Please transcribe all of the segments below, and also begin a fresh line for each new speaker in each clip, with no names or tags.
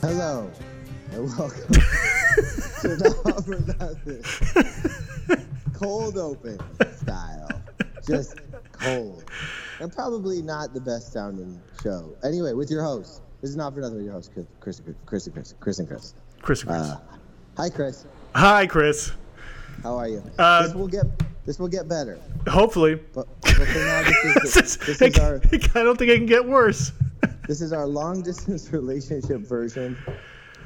Hello and welcome to the Humble Nothing cold open style, just cold, and probably not the best sounding show. Anyway, with your host, this is not for nothing with your host, Chris, Chris, Chris, Chris, Chris and Chris.
Chris and Chris.
Uh, hi, Chris.
Hi, Chris.
How are you?
Uh,
this will get this will get better,
Hopefully.
but, but for now, this is, this is our
I don't think it can get worse.
this is our long distance relationship version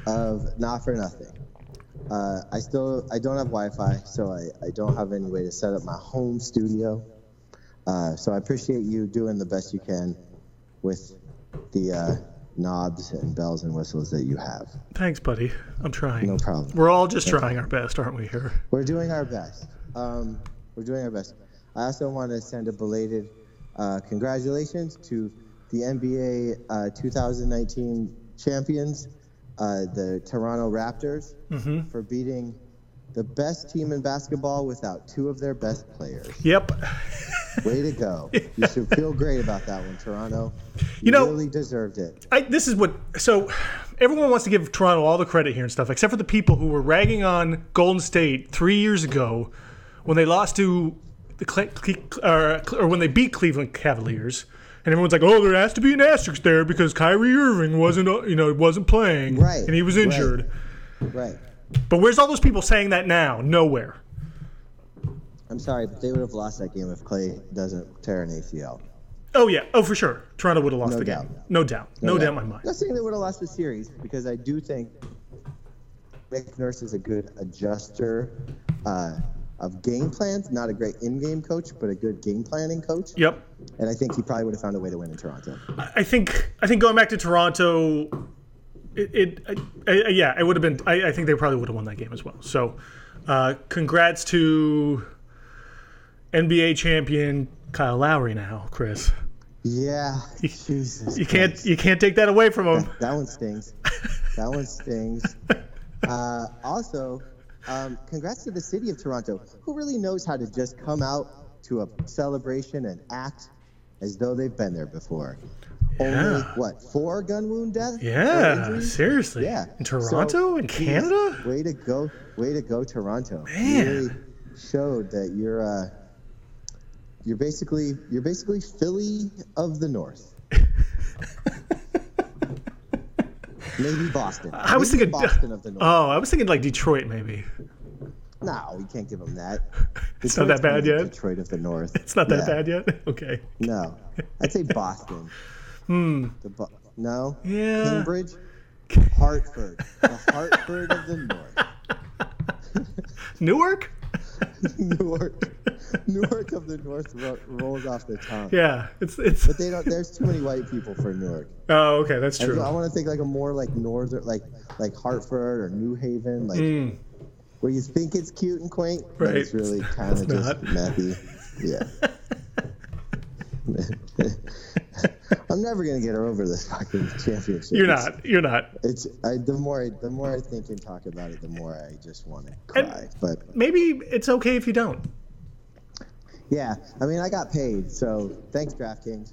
of not for nothing. Uh, I still I don't have Wi-Fi, so I, I don't have any way to set up my home studio. Uh, so I appreciate you doing the best you can with the uh, knobs and bells and whistles that you have.
Thanks, buddy. I'm trying.
No problem.
We're all just trying our best, aren't we here?
We're doing our best. Um, we're doing our best. I also want to send a belated uh, congratulations to the NBA uh, 2019 champions, uh, the Toronto Raptors, for beating the best team in basketball without two of their best players.
Yep.
Way to go! you should feel great about that one, Toronto. You,
know-
really deserved it.
I, this is what. So, everyone wants to give Toronto all the credit here and stuff, except for the people who were ragging on Golden State three years ago when they lost to the Cle- Cle- or, or when they beat Cleveland Cavaliers, and everyone's like, "Oh, there has to be an asterisk there because Kyrie Irving wasn't, uh, you know, wasn't playing,
Right,
and he was
right.
injured."
Right.
But where's all those people saying that now? Nowhere.
I'm sorry, but they would have lost that game if Clay doesn't tear an ACL.
Oh yeah. Oh for sure. Toronto would have lost
No
the game.
doubt.
No doubt. No, doubt in my mind.
uh, Not saying they would have lost the series because I do think Nick Nurse is a good adjuster uh, of game plans. Not a great in-game coach, but a good game planning coach.
Yep.
And I think he probably would have found a way to win in Toronto.
I I think I think going back to Toronto, it, it I, I, yeah, it would have been. I, I think they probably would have won that game as well. So, uh, congrats to NBA champion Kyle Lowry. Now, Chris,
Yeah, Jesus.
you can't you can't take that away from him.
That one stings. That one stings. Uh, also, um, congrats to the city of Toronto, who really knows how to just come out to a celebration and act as though they've been there before. Only
Yeah.
what four gun wound deaths? or
Yeah,
injuries?
seriously.
Yeah.
In
So,
Toronto, in
geez,
Canada.
Way to go! Way to go, Toronto. You
Man.
Really showed that you're uh, you're basically you're basically Philly of the North. Maybe Boston.
I was
Maybe
thinking
Boston of the North.
Oh, I was thinking like Detroit maybe.
no, we can't give them that.
It's not that bad
Detroit's only
yet.
Detroit of the North.
It's not that bad yet. Okay.
No, I'd say Boston. Hmm. The Bo- no.
Yeah.
Cambridge, Hartford, the Hartford of the North.
Newark?
Newark, Newark of the North ro- rolls off the tongue.
Yeah, it's it's.
But they don't. There's too many white people for Newark.
Oh, okay, that's
And so I
true.
want to think like a more like northern, like like Hartford or New Haven, like where you think it's cute and quaint, but it's
Mm. Right.
really kind of
It's
just
not.
methy. Yeah. I'm never gonna get over this fucking championship.
You're
It's-
not. You're not.
It's I, the more I, the more I think and talk about it, the more I just want to cry. but
Maybe it's okay if you don't.
Yeah, I mean, I got paid, so thanks, DraftKings.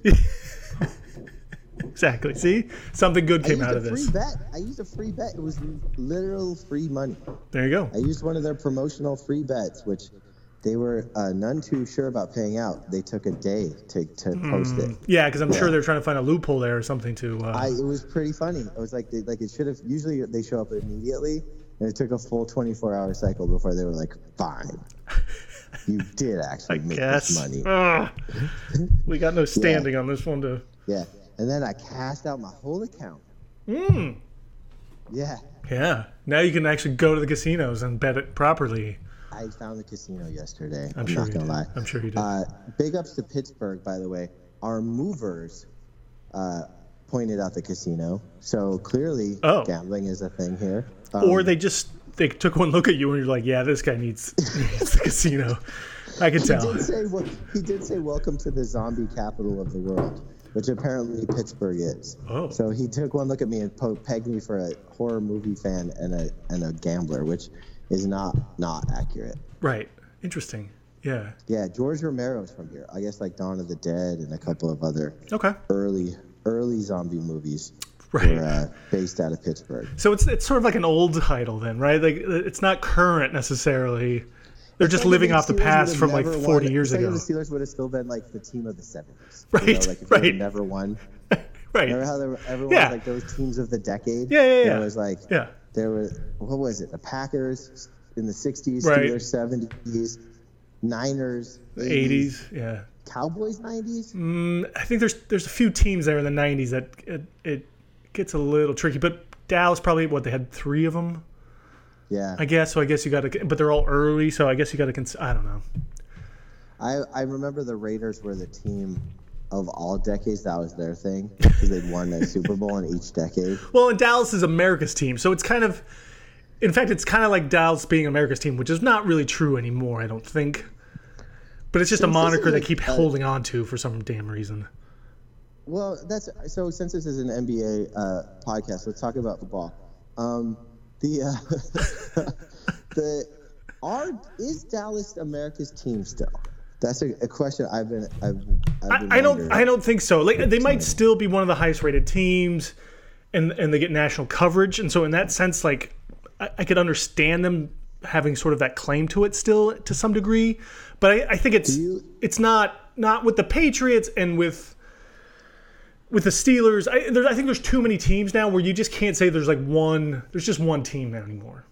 Exactly. See, something good
I
came
used
out
a
of
free
this.
bet. I used a free bet. It was literal free money.
There you go.
I used one of their promotional free bets, which they were uh, none too sure about paying out. They took a day to, to post it.
Yeah, because I'm sure they're trying to find a loophole there or something to. Uh,
I, it was pretty funny. It was like they, like it should have. Usually they show up immediately, and it took a full 24-hour cycle before they were like, "Fine, you did actually make
guess.
this money."
Ugh. we got no standing on this one to.
Yeah, and then I cashed out my whole account.
Hmm.
Yeah,
Yeah. Now you can actually go to the casinos and bet it properly.
I found the casino yesterday. I'm,
I'm sure
not
you
gonna
did.
lie.
I'm sure you did.
Uh, big ups to Pittsburgh, by the way. Our movers uh, pointed out the casino, so clearly
Oh.
gambling is a thing here. Um,
or they just they took one look at you and you're like, yeah, this guy needs, needs the casino. I can
he
tell.
did say wel- he did say welcome to the zombie capital of the world, which apparently Pittsburgh is.
Oh.
So he took one look at me and po- pegged me for a horror movie fan and a and a gambler, which is not not accurate.
Right. Interesting. Yeah.
Yeah, George Romero's from here. I guess like Dawn of the Dead and a couple of other
Okay.
early early zombie movies.
Right.
We're uh, based out of Pittsburgh.
So it's it's sort of like an old title then, right? Like uh, it's not current necessily. They're just
Like,
living
if
off the
Steelers
past
would've
from like
never
40
won-
years
it's like
ago.
if The Steelers would have still been like the team of the seventies,
Right,
Like if they
right.
Never won.
Right.
Remember how there were, everyone
Yeah.
was like those teams of the decade?
Yeah, yeah,
There
yeah.
was like
Yeah.
there was what was it? The Packers in the sixties,
Right.
Steelers seventies, Niners
80s, yeah.
Cowboys nineties.
Mm, I think there's there's a few teams there in the 90s that it, it gets a little tricky, but Dallas probably what they had 3 of them,
Yeah,
I guess. So I guess you got to but they're all early, so I guess you got to cons- I don't know.
I, I remember the Raiders were the team of all decades. That was their thing because they'd won a Super Bowl in each decade.
Well, and Dallas is America's team, so it's kind of, in fact, it's kind of like Dallas being America's team, which is not really true anymore, I don't think. But it's just a
Since this
moniker
is
they
a-
keep
uh,
holding on to for some damn reason.
Well, that's so. Since this is an NBA uh, podcast, let's talk about football. Um, the uh, the are is Dallas America's team still? That's a, a question I've been I've, I've been
I, I don't,
wondering.
I don't think so. Like they might still be one of the highest rated teams, and and they get national coverage, and so in that sense, like I, I could understand them having sort of that claim to it still to some degree, but I, I think it's
you-
it's not not with the Patriots and with with the Steelers. I, there's, I think there's too many teams now where you just can't say there's like one. There's just one team now anymore.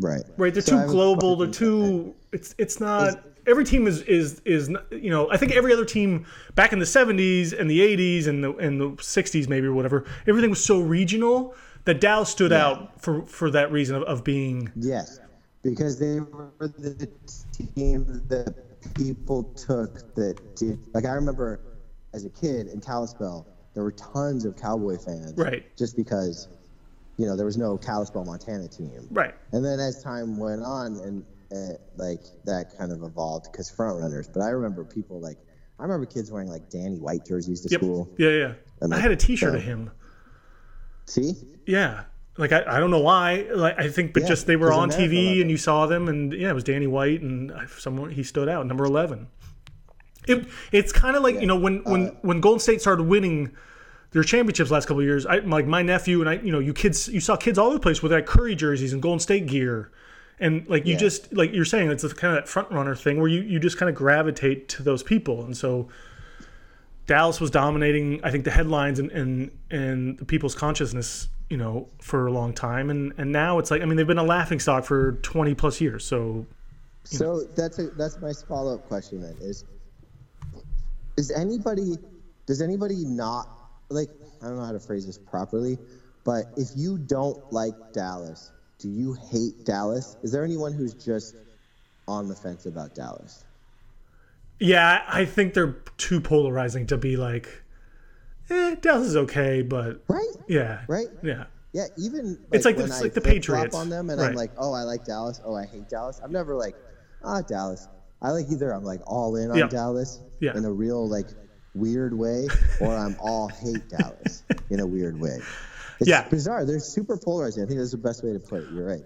right.
Right? They're
So I
too
have a
global. They're
question.
too. It's it's not. Every team is is is not- you know. I think every other team back in the '70s and the '80s and the and the '60s maybe or whatever. Everything was so regional that Dallas stood out for for that reason of, of being
Yes, because they were the team that people took that did. Like I remember as a kid in Kalispell, there were tons of Cowboy fans.
Right.
Just because, you know, there was no Kalispell, Montana team.
right.
And then as time went on, and uh, like that kind of evolved because front runners. But I remember people like I remember kids wearing like Danny White jerseys to
Yep.
school.
Yeah, yeah.
And
I
like-
had a T-shirt
so-
of him.
See,
Yeah. Like I, I don't know why. Like I think, but
Yeah,
just they were
there's
on
America
TV
level.
and you saw them, and yeah, it was Danny White and I- someone he stood out, number eleven. It it's kind of like you know when
uh,
when when Golden State started winning their championships last couple of years. I like my nephew and I, you know, you kids, you saw kids all over the place with like Curry jerseys and Golden State gear, and like you
Yeah.
just like you're saying, it's kind of that front runner thing where you you just kind of gravitate to those people, and so. Dallas was dominating, I think, the headlines and and, and the people's consciousness, you know, for a long time. And and now it's like, I mean, they've been a laughing stock for twenty plus years. So
So that's a, that's my follow up question then is is anybody does anybody not like I don't know how to phrase this properly, but if you don't like Dallas, do you hate Dallas? Is there anyone who's just on the fence about Dallas?
yeah, I think they're too polarizing to be like, eh, Dallas is okay, but
Right?
yeah,
Right?
yeah,
Yeah, even
It's like-
when
it's
I
like the
flip-flop
Patriots.
on them and
Right.
I'm like, "Oh, I like Dallas. Oh, I hate Dallas." I'm never like, "Ah, Dallas." I like either I'm like all in on
Yeah.
Dallas
Yeah.
in a real like weird way or I'm all hate Dallas in a weird way. It's
Yeah.
bizarre. They're super polarizing. I think that's the best way to put it. You're right.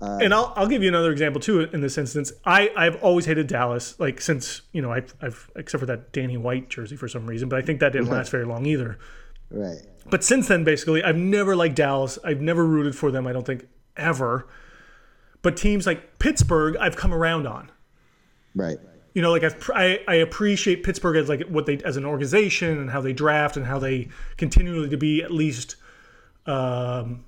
and I'll, I'll give you another example too in this instance I, i've always hated dallas like since you know I've, I've except for that danny white jersey for some reason but i think that didn't last very long either
Right.
but since then, basically, I've never liked Dallas. I've never rooted for them. I don't think ever. But teams like Pittsburgh, I've come around on.
Right.
You know, like I've, pr- I, I appreciate Pittsburgh as like what they as an organization and how they draft and how they continually to be at least um,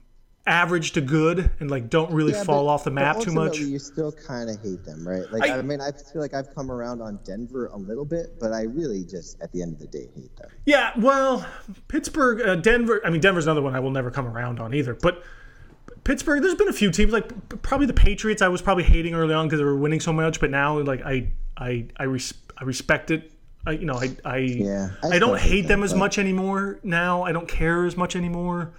average to good and like don't really
Yeah,
fall
but-
off the
but
map too much.
ultimately, You still kind of hate them, right? Like
I-
I mean, I feel like I've come around on Denver a little bit, but I really just at the end of the day hate them.
Yeah, well, Pittsburgh, uh, Denver. I mean, Denver's another one I will never come around on either. But Pittsburgh, there's been a few teams like p- probably the Patriots. I was probably hating early on because they were winning so much, but now like I I I, res- I respect it. I you know I I
I
I, don't
still hate
hate them
them,
as
but-
much anymore. Now I don't care as much anymore.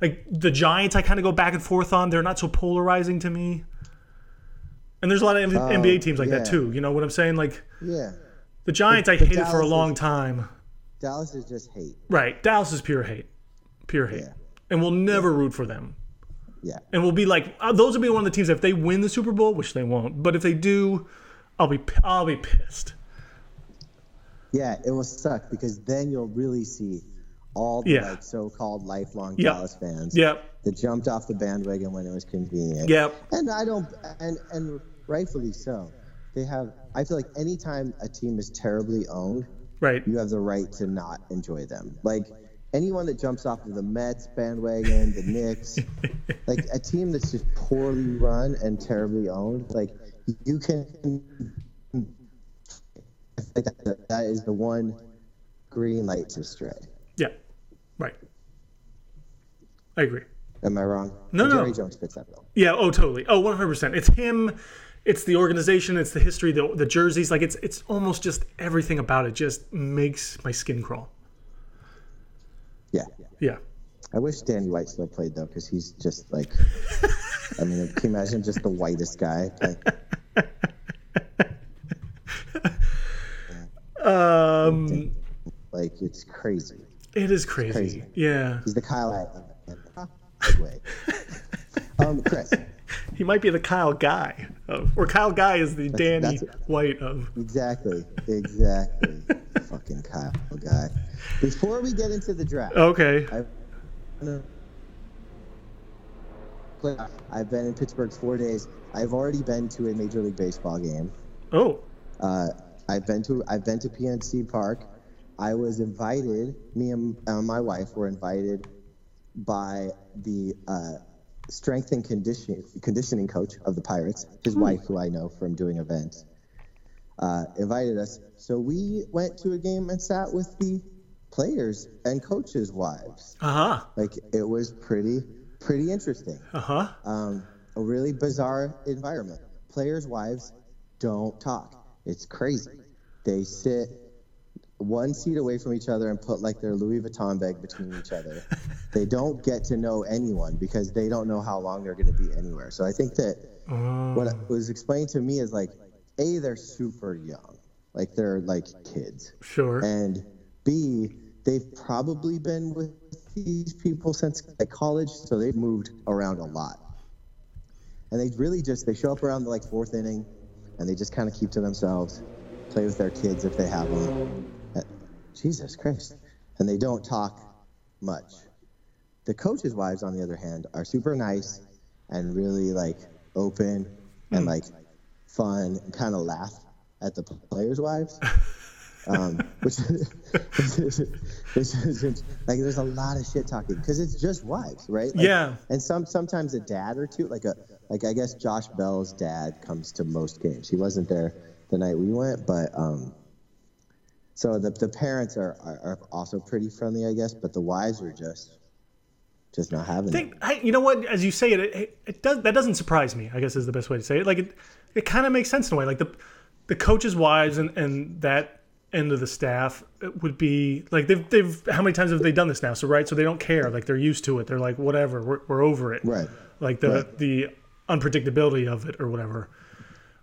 Like the Giants, I kind of go back and forth on. They're not so polarizing to me. And there's a lot of NBA teams like that
Oh, yeah.
too. You know what I'm saying? Like
Yeah.
the Giants, I
but
hated for a
Dallas is-
long time.
Dallas is just hate.
Right. Dallas is pure hate. Pure hate.
Yeah.
And we'll never root for them.
Yeah.
And we'll be like, uh, those will be one of the teams if they win the Super Bowl, which they won't. But if they do, I'll be p- I'll be pissed.
Yeah, it will suck because then you'll really see, all the
Yeah.
like so-called lifelong
Yep.
Dallas fans
Yep.
that jumped off the bandwagon when it was convenient.
Yep.
And I don't, and and rightfully so. They have. I feel like anytime a team is terribly owned,
Right.
you have the right to not enjoy them. Like anyone that jumps off of the Mets bandwagon, the Knicks, like a team that's just poorly run and terribly owned, like you can. I feel like that, that is the one green light to stray.
Yeah. Right. I agree.
Am I wrong?
No, no.
Jerry Jones fits that bill.
Yeah. Oh, totally. Oh, 100%. It's him. It's the organization. It's the history. The, the jerseys. Like it's it's almost just everything about it just makes my skin crawl.
Yeah.
Yeah.
I wish Danny White still played though, because he's just like, I mean, can you imagine just the whitest guy? Like,
Um.
like it's crazy.
It is crazy.
crazy.
Yeah.
He's the Kyle I- Segway. um, Chris,
He might be the Kyle Guy of, or Kyle Guy is the Danny
that's-
White of.
exactly, exactly. Fucking Kyle guy. Before we get into the draft,
Okay.
I wanna- I've been in Pittsburgh four days. I've already been to a Major League Baseball game.
Oh.
Uh, I've been to I've been to PNC Park. I was invited. Me and uh, my wife were invited by the uh, strength and conditioning conditioning coach of the Pirates. His wife, who I know from doing events, uh, invited us. So we went to a game and sat with the players and coaches' wives.
Uh huh.
Like it was pretty pretty interesting.
Uh huh.
Um, a really bizarre environment. Players' wives don't talk. It's crazy. They sit one seat away from each other and put like their Louis Vuitton bag between each other. they don't get to know anyone because they don't know how long they're going to be anywhere. So I think that what was explained to me is like, A, they're super young. Like they're like kids.
Sure.
And B, they've probably been with these people since like, college, so they've moved around a lot. And they really just they show up around the like fourth inning, and they just kind of keep to themselves, play with their kids if they have them. Uh, Jesus Christ! And they don't talk much. The coaches' wives, on the other hand, are super nice and really like open and like fun, and kind of laugh at the players' wives um, which, which, is, which is like there's a lot of shit talking because it's just wives, right? Like,
Yeah.
And some sometimes a dad or two, like a like I guess Josh Bell's dad comes to most games. He wasn't there the night we went, but um, so the the parents are are, are also pretty friendly, I guess, but the wives are just just not having
I
it.
think I, you know what? As you say it, it, it does. That doesn't surprise me. I guess is the best way to say it. Like it, it kind of makes sense in a way. Like the, the coaches' wives and and that end of the staff would be like they've they've how many times have they done this now? So right, so they don't care. Like they're used to it. They're like whatever. We're, we're over it.
Right.
Like the
Right.
the unpredictability of it or whatever.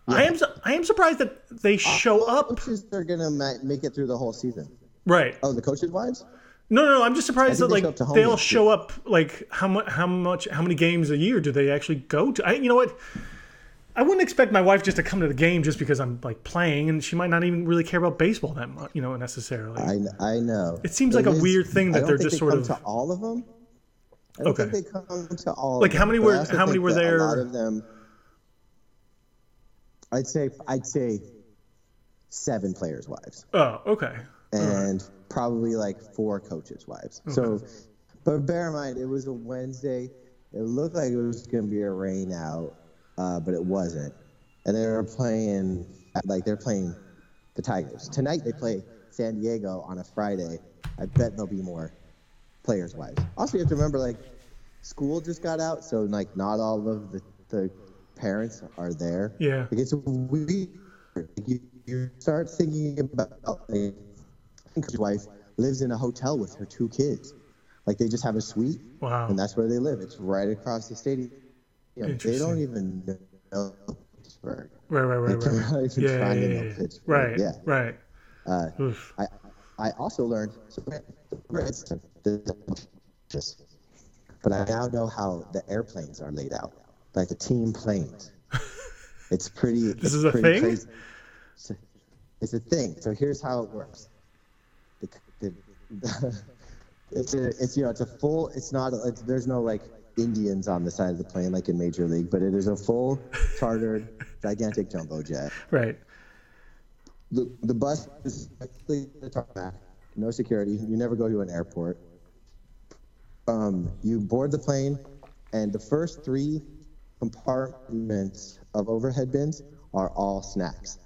I am su- I am surprised that they show up.
Coaches are gonna ma- make it through the whole season.
Right.
Oh, the coaches' wives?
No, no, no. I'm just surprised
I
that
think they
like
show up to home games,
they'll show up like how much, how much, how many games a year do they actually go to? I, you know what? I wouldn't expect my wife just to come to the game just because I'm like playing, and she might not even really care about baseball that much, you know, necessarily.
I, I know.
It seems like a weird thing that
I don't
they're
think
just
they
sort
come
of-
to all of them. I don't
Okay.
think they come to all.
Like,
of
how
them,
many
but I
were-
also
how many
think
were
that
there?
A lot of them. I'd say I'd say seven players' wives
oh, okay.
and probably like four coaches' wives. So, but bear in mind, it was a Wednesday. It looked like it was going to be a rain out, uh, but it wasn't. And they were playing, like, they're playing the Tigers. Tonight they play San Diego on a Friday. I bet there'll be more players' wives. Also, you have to remember, like, school just got out, so, like, not all of the, the parents are there.
Yeah.
Like, it's weird. Like, you, you start thinking about, like, his wife lives in a hotel with her two kids. Like they just have a suite,
Wow.
and that's where they live. It's right across the stadium. You know, they
Interesting.
don't even know Pittsburgh.
Right, right, right,
Like, they're
right.
not even
Yeah, yeah,
trying to
yeah,
know
yeah.
Pittsburgh.
Right,
Yeah.
right.
Uh,
Oof.
I I also learned so for instance, this- just, but I now know how the airplanes are laid out, like the team planes. It's pretty.
This
it's
is a
pretty
thing?
Crazy. So- It's a thing. So here's how it works. The, the, it's a, it's you know it's a full it's not it's, there's no like Indians on the side of the plane like in Major League, but it is a full chartered gigantic jumbo jet.
Right.
The the bus is strictly the tarmac, no security. You never go to an airport. Um, you board the plane, and the first three compartments of overhead bins are all snacks.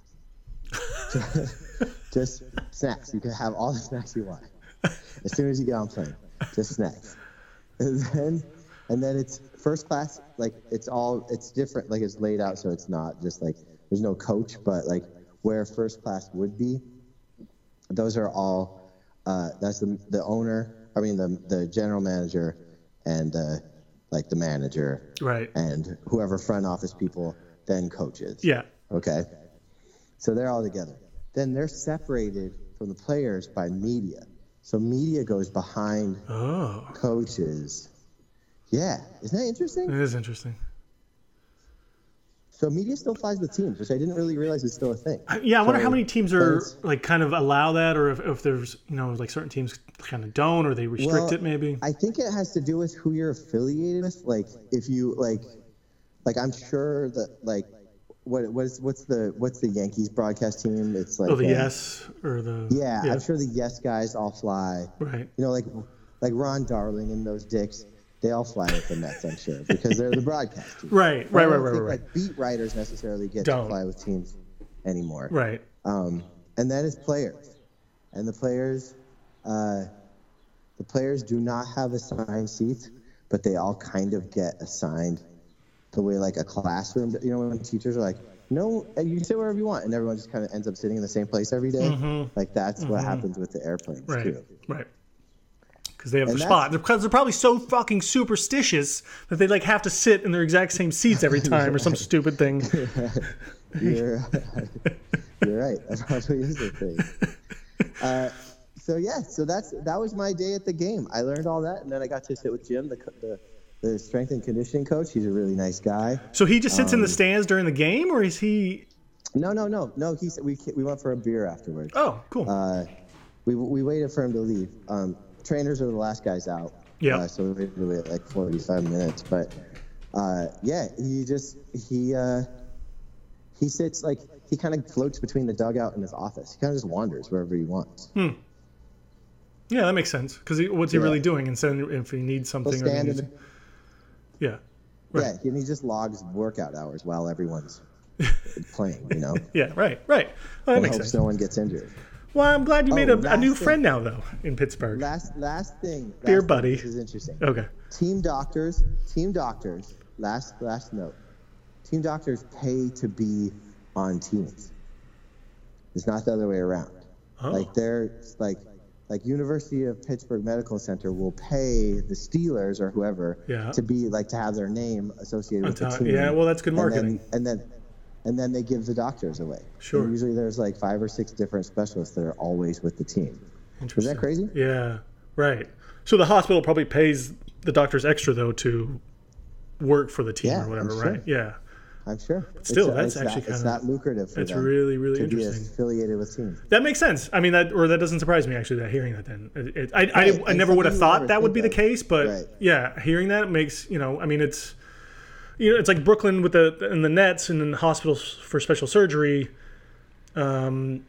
Just snacks. You can have all the snacks you want as soon as you get on plane. Just snacks. And then and then it's first class, like it's all it's different, like it's laid out so it's not just like there's no coach, but like where first class would be, those are all uh, that's the the owner, I mean the the general manager and uh, like the manager
Right.
and whoever front office people then coaches.
Yeah.
Okay. So they're all together. Then they're separated from the players by media. So media goes behind
Oh,
coaches. Yeah, isn't that
it
interesting?
is interesting.
So media still flies with teams, which I didn't really realize is still a thing.
I- Yeah, I wonder how
So,
many teams are
those-
like kind of allow that, or if, if there's you know like certain teams kind of don't, or they restrict
Well,
it maybe.
I think it has to do with who you're affiliated with. Like if you like, like I'm sure that like what what's what's the what's the Yankees broadcast team? It's like
oh, the
uh,
yes or the
Yeah, I'm sure the yes guys all fly.
right.
You know, like like Ron Darling and those dicks, they all fly with the Mets, I'm sure, because they're the broadcast team.
Right,
I
right,
don't
right, right,
think,
right, right.
Like, beat writers necessarily get
Don't.
to fly with teams anymore.
Right.
Um, and that is players, and the players, uh, the players do not have assigned seats, but they all kind of get assigned the way like a classroom. You know, when teachers are like, "No, and you can sit wherever you want," and everyone just kind of ends up sitting in the same place every day. Like that's what happens with the airplanes
Right.
too.
Right. Because they have
And
their
that's-
spot. Because they're probably so fucking superstitious that they like have to sit in their exact same seats every time or some stupid thing.
You're, you're right. That probably is a thing. Uh, so yeah, so that's that was my day at the game. I learned all that, and then I got to sit with Jim, the co- the, the strength and conditioning coach. He's a really nice guy.
So he just sits
Um,
in the stands during the game, or is he?
No, no, no, no. He said we ca- we went for a beer afterwards.
Oh, cool.
Uh, we we waited for him to leave. Um, trainers are the last guys out.
Yeah.
Uh, so we waited to wait like 45 minutes, but uh, yeah, he just he uh, he sits like he kind of floats between the dugout and his office. He kind of just wanders wherever he wants.
Hmm. yeah, that makes sense. Because he, what's he
yeah.
really doing? And send if he needs
He'll
something. Or he
stand in
needs,
the,
yeah.
yeah, and he just logs workout hours while everyone's playing. You know,
Yeah. Right. Right. Well, that
and
makes
hopes
sense.
no one gets injured.
Well, I'm glad you made a, a
last
new
thing.
friend now, though, in Pittsburgh.
Last last thing, last
Beer
thing,
buddy. Oh,
This is interesting.
okay.
Team doctors, team doctors. Last last note. Team doctors pay to be on teams. It's not the other way around.
Oh.
Like they're like like University of Pittsburgh Medical Center will pay the Steelers or whoever
Yeah.
to be like to have their name associated with the
Unti-
team.
yeah, well, that's good marketing.
And then, and then and then they give the doctors away.
Sure.
And usually there's like five or six different specialists that are always with the team.
Interesting.
crazy?
Yeah. Right. So the hospital probably pays the doctors extra though to work for the team
Yeah,
or
I'm
whatever,
sure.
right? Yeah.
I'm sure.
still,
It's-
that's
it's not-
actually
it's
kinda-
not lucrative for
It's
them.
really, really
to be
interesting.
affiliated with teams.
That makes sense. I mean, that or that doesn't surprise me actually. That hearing that, then it, it, I,
Right,
I, I
it's
never
something
would have
you
thought
never
that would be
think
the
of.
case, but
Right.
yeah, hearing that makes you know. I mean, it's you know, it's like Brooklyn with the and the Nets and then hospitals for special surgery, um,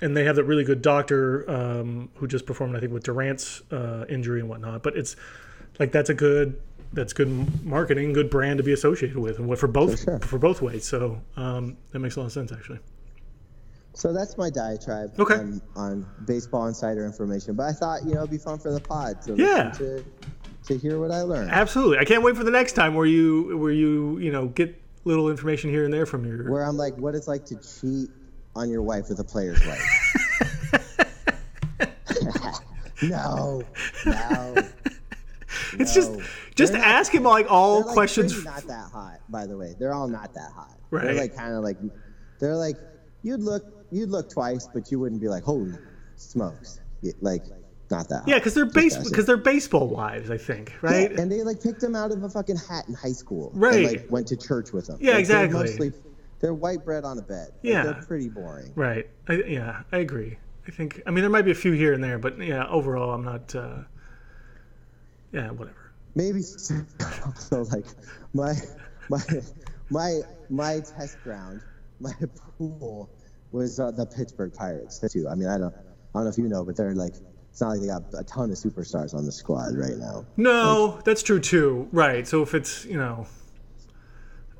and they have that really good doctor um, who just performed, I think, with Durant's uh, injury and whatnot. But it's like that's a good that's good marketing, good brand to be associated with, and what for both
For sure.
for both ways. So um, that makes a lot of sense actually.
So that's my diatribe
Okay.
on, on baseball insider information. But I thought, you know, it'd be fun for the pod to, listen
Yeah.
to, to hear what I learned.
Absolutely. I can't wait for the next time where you where you, you know, get little information here and there from your
Where I'm like, what it's like to cheat on your wife with a player's wife. no, no.
It's just
No.
just
They're
ask him like all
They're, like,
questions.
pretty not that hot, by the way. They're all not that hot. They're
Right.
like kind of like, they're like, you'd look, you'd look twice, but you wouldn't be like, holy smokes, Yeah, like, not that.
yeah,
hot.
because they're
Just
base
ask him.
because they're baseball wives, I think, right?
Yeah, and they like picked him out of a fucking hat in high school.
Right.
And, like went to church with him.
Yeah,
Like, they're
exactly.
Mostly, they're white bread on a bed. Like,
Yeah.
They're pretty boring.
Right. I, yeah, I agree. I think I mean there might be a few here and there, but yeah, overall I'm not uh, Yeah, whatever.
maybe so like my my my my test ground my pool was uh, the pittsburgh pirates too i mean i don't i don't know if you know but they're like it's not like they got a ton of superstars on the squad right now
No, that's true too. Right. So if it's you know,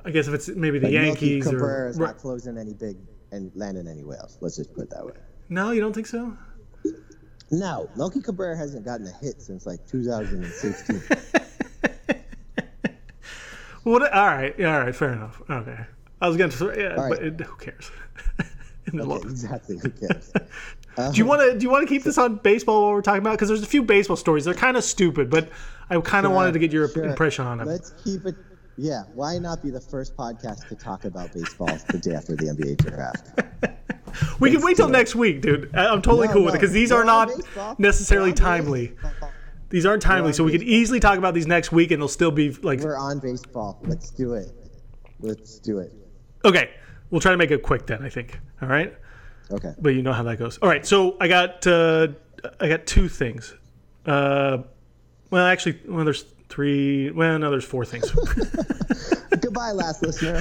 I guess if it's maybe the
Like, Melky
Yankees or
Cabrera's
Ri-
not closing any big and landing any whales let's just put it that way
no, you don't think so?
no Melky cabrera hasn't gotten a hit since like 2016
What? All right. yeah, All right. Fair enough. Okay. I was going to. Yeah,
All
but
right.
it, who cares? In the long-
exactly who cares
Do you want to? Do you want to keep this on baseball while we're talking about? Because there's a few baseball stories. They're kind of stupid, but I kind of wanted to get your
Sure.
impression on them.
Let's keep it. Yeah, why not be the first podcast to talk about baseball the day after the NBA draft?
We can
let's
wait till
do it.
next week, dude. I- I'm totally
No,
cool with it
no,
because these
we're
are
on
not
baseball.
necessarily
We're on
timely.
baseball.
These aren't timely,
on
so we can easily talk about these next week, and they'll still be like
We're on baseball. Let's do it. Let's do it.
okay. We'll try to make it quick then. I think. All right.
Okay.
but you know how that goes. All right, so I got uh, I got two things. Uh, well, actually, well, there's three. Well, no, there's four things.
Goodbye, last listener.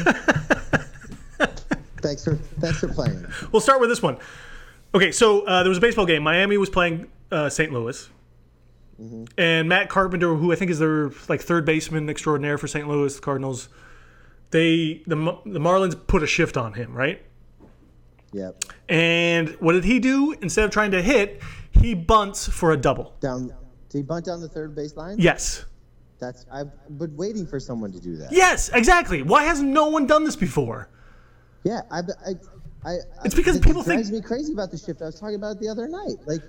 thanks for thanks for playing.
we'll start with this one. Okay, so uh, there was a baseball game. Miami was playing uh, St. Louis, and Matt Carpenter, who I think is their like third baseman extraordinaire for St. Louis Cardinals, they the Ma- the Marlins put a shift on him, right?
Yep.
And what did he do? Instead of trying to hit, he bunts for a double.
Down. Did he bunt down the third baseline?
Yes.
That's I've been waiting for someone to do that.
Yes, exactly. Why has no one done this before?
Yeah, I, I, I
It's because
it
people
drives
think-
me crazy about the shift. I was talking about it the other night. Like,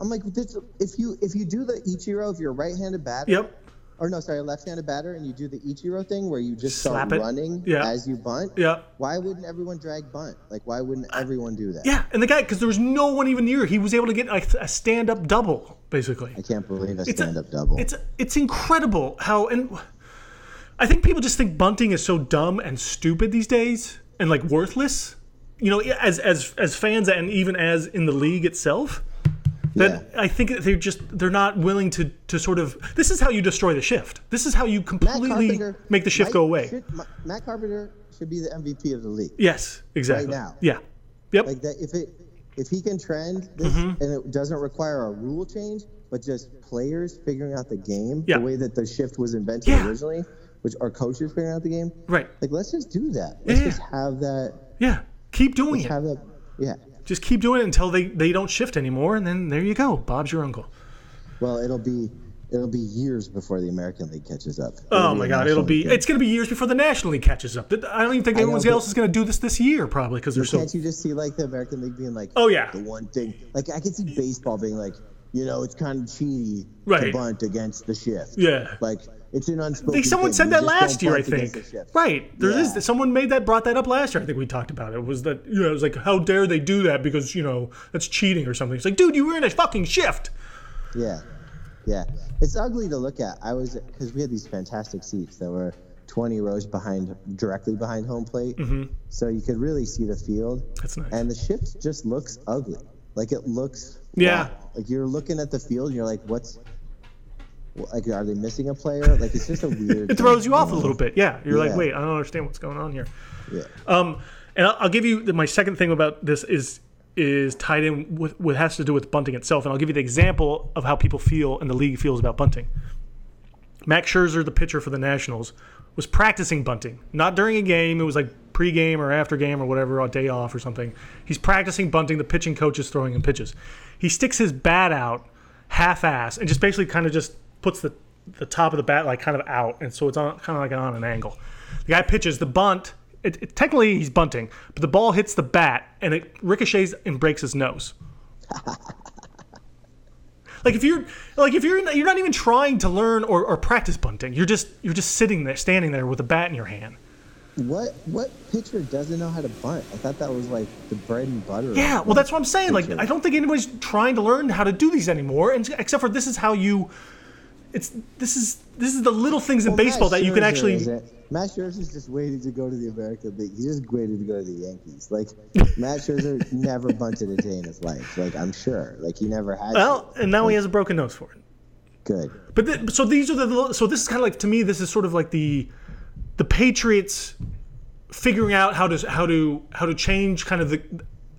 I'm like, this, if you if you do the Ichiro, if you're a right-handed batter,
Yep.
or no, sorry, left-handed batter, and you do the Ichiro thing where you just
Slap
start
it.
running
Yeah.
as you bunt.
Yeah.
Why wouldn't everyone drag bunt? Like, why wouldn't everyone do that?
Yeah, and the guy because there was no one even near. He was able to get like a stand-up double, basically.
I can't believe a
It's a-
stand-up double.
It's it's incredible how and I think people just think bunting is so dumb and stupid these days and like worthless. You know, as as as fans and even as in the league itself. That I think that they're just they're not willing to to sort of this is how you destroy the shift. This is how you
Matt
completely
Carpenter
make the shift
might-
go away.
should- Ma- Matt Carpenter should be the MVP of the league.
yes, exactly.
now.
Yeah. Yep.
like that if it if he can trend this
Mm-hmm.
and it doesn't require a rule change but just players figuring out the game
Yeah.
the way that the shift was invented
Yeah.
originally which our coaches figuring out the game
right.
like let's just do that let's
Yeah. Oh,
just have that
Yeah. Keep doing it.
have that yeah
just keep doing it until they, they don't shift anymore, and then there you go. Bob's your uncle.
well it'll be it'll be years before the american league catches up It'll
Oh
be
my
a
God! It'll
national
be
game.
it's going to be years before the National League catches up. I don't even think anyone
but-
else is going to do this this year, probably because they're so.
can't you just see like the american league being like
Oh, yeah.
the one thing like i could see baseball being like you know it's kind of cheaty
Right.
to bunt against the shift
Yeah.
Like it's an unspoken.
I think someone
thing.
said
You
that
just don't
last year. I
bunt against
think
the shift.
right. There is
Yeah.
someone made that brought that up last year. I think we talked about it. it. Was that you know? It was like how dare they do that because you know that's cheating or something. It's like dude, you were in a fucking shift.
Yeah, yeah. It's ugly to look at. I was because we had these fantastic seats that were 20 rows behind, directly behind home plate,
Mm-hmm.
so you could really see the field.
That's nice.
And the shift just looks ugly. Like it looks.
Yeah.
flat. Like you're looking at the field, and you're like, what's. Like, are they missing a player? Like, it's just a weird.
It throws you off a little bit. Yeah, you're like,
Yeah.
wait, I don't understand what's going on here.
Yeah.
Um, and I'll, I'll give you the, my second thing about this is is tied in with what has to do with bunting itself, and I'll give you the example of how people feel and the league feels about bunting. Max Scherzer, the pitcher for the Nationals, was practicing bunting, not during a game. It was like pregame or after game or whatever, a day off or something. He's practicing bunting. The pitching coach is throwing him pitches. He sticks his bat out half-ass and just basically kind of just puts the the top of the bat like kind of out, and so it's on kind of like on an angle. The guy pitches the bunt. It, it- technically, he's bunting, but the ball hits the bat and it ricochets and breaks his nose. Like if you're like if you're you're not even trying to learn or, or practice bunting. You're just you're just sitting there, standing there with a bat in your hand.
What what pitcher doesn't know how to bunt? I thought that was like the bread and butter. of
Yeah, well, that's what I'm saying. Like,
pitching.
I don't think anybody's trying to learn how to do these anymore, and except for this is how you. It's this is this is the little things in
Well,
baseball
Matt
that you can
Scherzer
actually.
isn't- Matt Scherzer's just waiting to go to the American League. He's just waiting to go to the Yankees. Like Matt Scherzer never bunted a day in his life. Like I'm sure. Like he never had.
Well,
to.
and now he has a broken nose for it.
Good.
But th- so these are the so this is kind of like to me this is sort of like the the Patriots figuring out how to how to how to change kind of the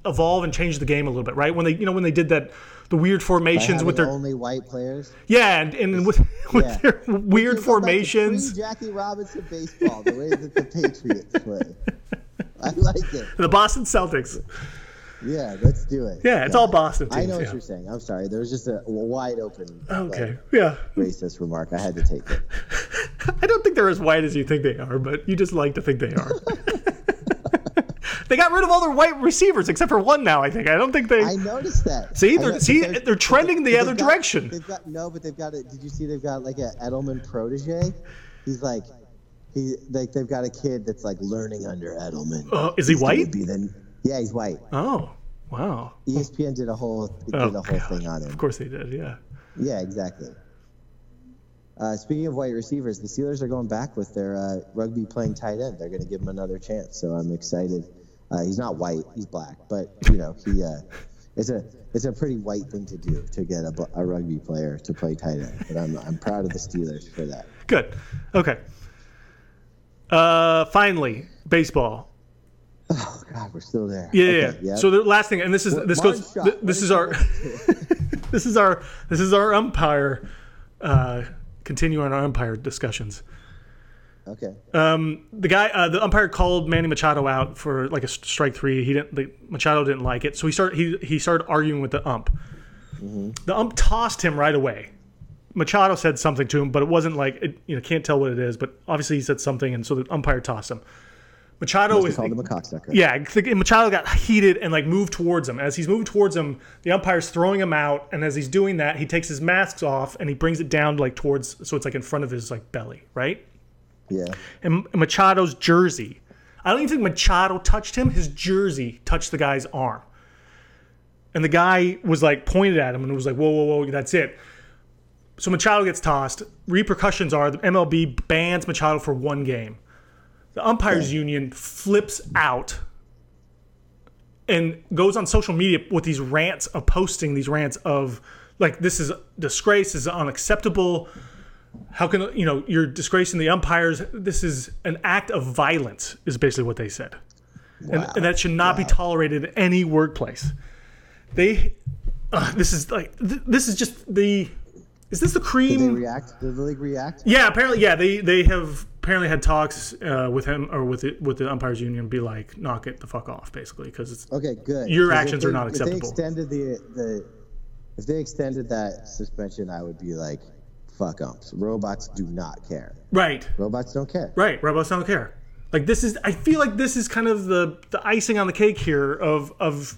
evolve and change the game a little bit, right? When they you know when they did that the weird formations
Having
with their
only white players.
yeah and, and with with
Yeah.
their
Think about
weird
the
formations.
free Jackie Robinson baseball, the way that the Patriots play. I like it.
The Boston Celtics.
Yeah, let's do it.
Yeah, it's all Boston teams.
I know what
yeah.
you're saying. I'm sorry. There was just a wide open like,
Okay. Yeah.
racist remark. I had to take it.
I don't think they're as white as you think they are, but you just like to think they are. they got rid of all their white receivers except for one now, I think. I don't think they
I noticed that.
See,
I
they're-
know-
see,
but there's-
they're trending
but
the
they've
other
got-
direction.
They've got no, but they've got a. Did you see? They've got like a Edelman protege. He's like, he like they've got a kid that's like learning under Edelman.
Uh, is he
He's gonna
white?
Be the, yeah, he's white. E
Oh, wow.
ESPN did a whole did
Oh,
a whole thing on him.
Of course they did, yeah.
Yeah, exactly. Uh, speaking of white receivers, the Steelers are going back with their uh, rugby playing tight end. They're going to give him another chance, so I'm excited. Uh, he's not white; he's black, but you know he. Uh, it's a it's a pretty white thing to do to get a, bu- a rugby player to play tight end, but I'm I'm proud of the Steelers for that.
Good. Okay. Uh finally, baseball.
Oh God, we're still there.
Yeah,
Okay,
yeah. yeah. So the last thing and this is this
Martin
goes
Schott,
th-
what
this
is
is
he
our this is our this is our umpire uh continue on our umpire discussions.
okay.
Um, the guy, uh, the umpire called Manny Machado out for like a s- strike three. He didn't. The, Machado didn't like it, so he started. He he started arguing with the ump. The ump tossed him right away. Machado said something to him, but it wasn't like it, you know can't tell what it is. But obviously he said something, and so the umpire tossed him. Machado
We
is
called him a cocksucker.
yeah, I think Machado got heated and like moved towards him. As he's moved towards him, the umpire's throwing him out, and as he's doing that, he takes his masks off and he brings it down like towards so it's like in front of his like belly, right?
Yeah.
and Machado's jersey. I don't even think Machado touched him. His jersey touched the guy's arm. And the guy was like pointed at him and was like, whoa, whoa, whoa, that's it. So Machado gets tossed. Repercussions are the MLB bans Machado for one game. The umpires union flips out and goes on social media with these rants of posting these rants of like this is disgrace, this is unacceptable how can you know you're disgracing the umpires this is an act of violence is basically what they said
Wow.
and, and that should not be tolerated in any workplace they uh, this is like th- this is just the is this the cream
Did they react? Did the league react?
yeah, apparently, yeah, they they have apparently had talks uh, with him or with it, with the umpires union, be like, knock it the fuck off, basically, because it's
Okay, good.
Your
'Cause if
actions are
they-
not
If
acceptable.
they extended the the if they extended that suspension, I would be like, fuck umps. Robots do not care.
right,
Robots don't care.
right. Robots don't care. Like this is, I feel like this is kind of the the icing on the cake here of of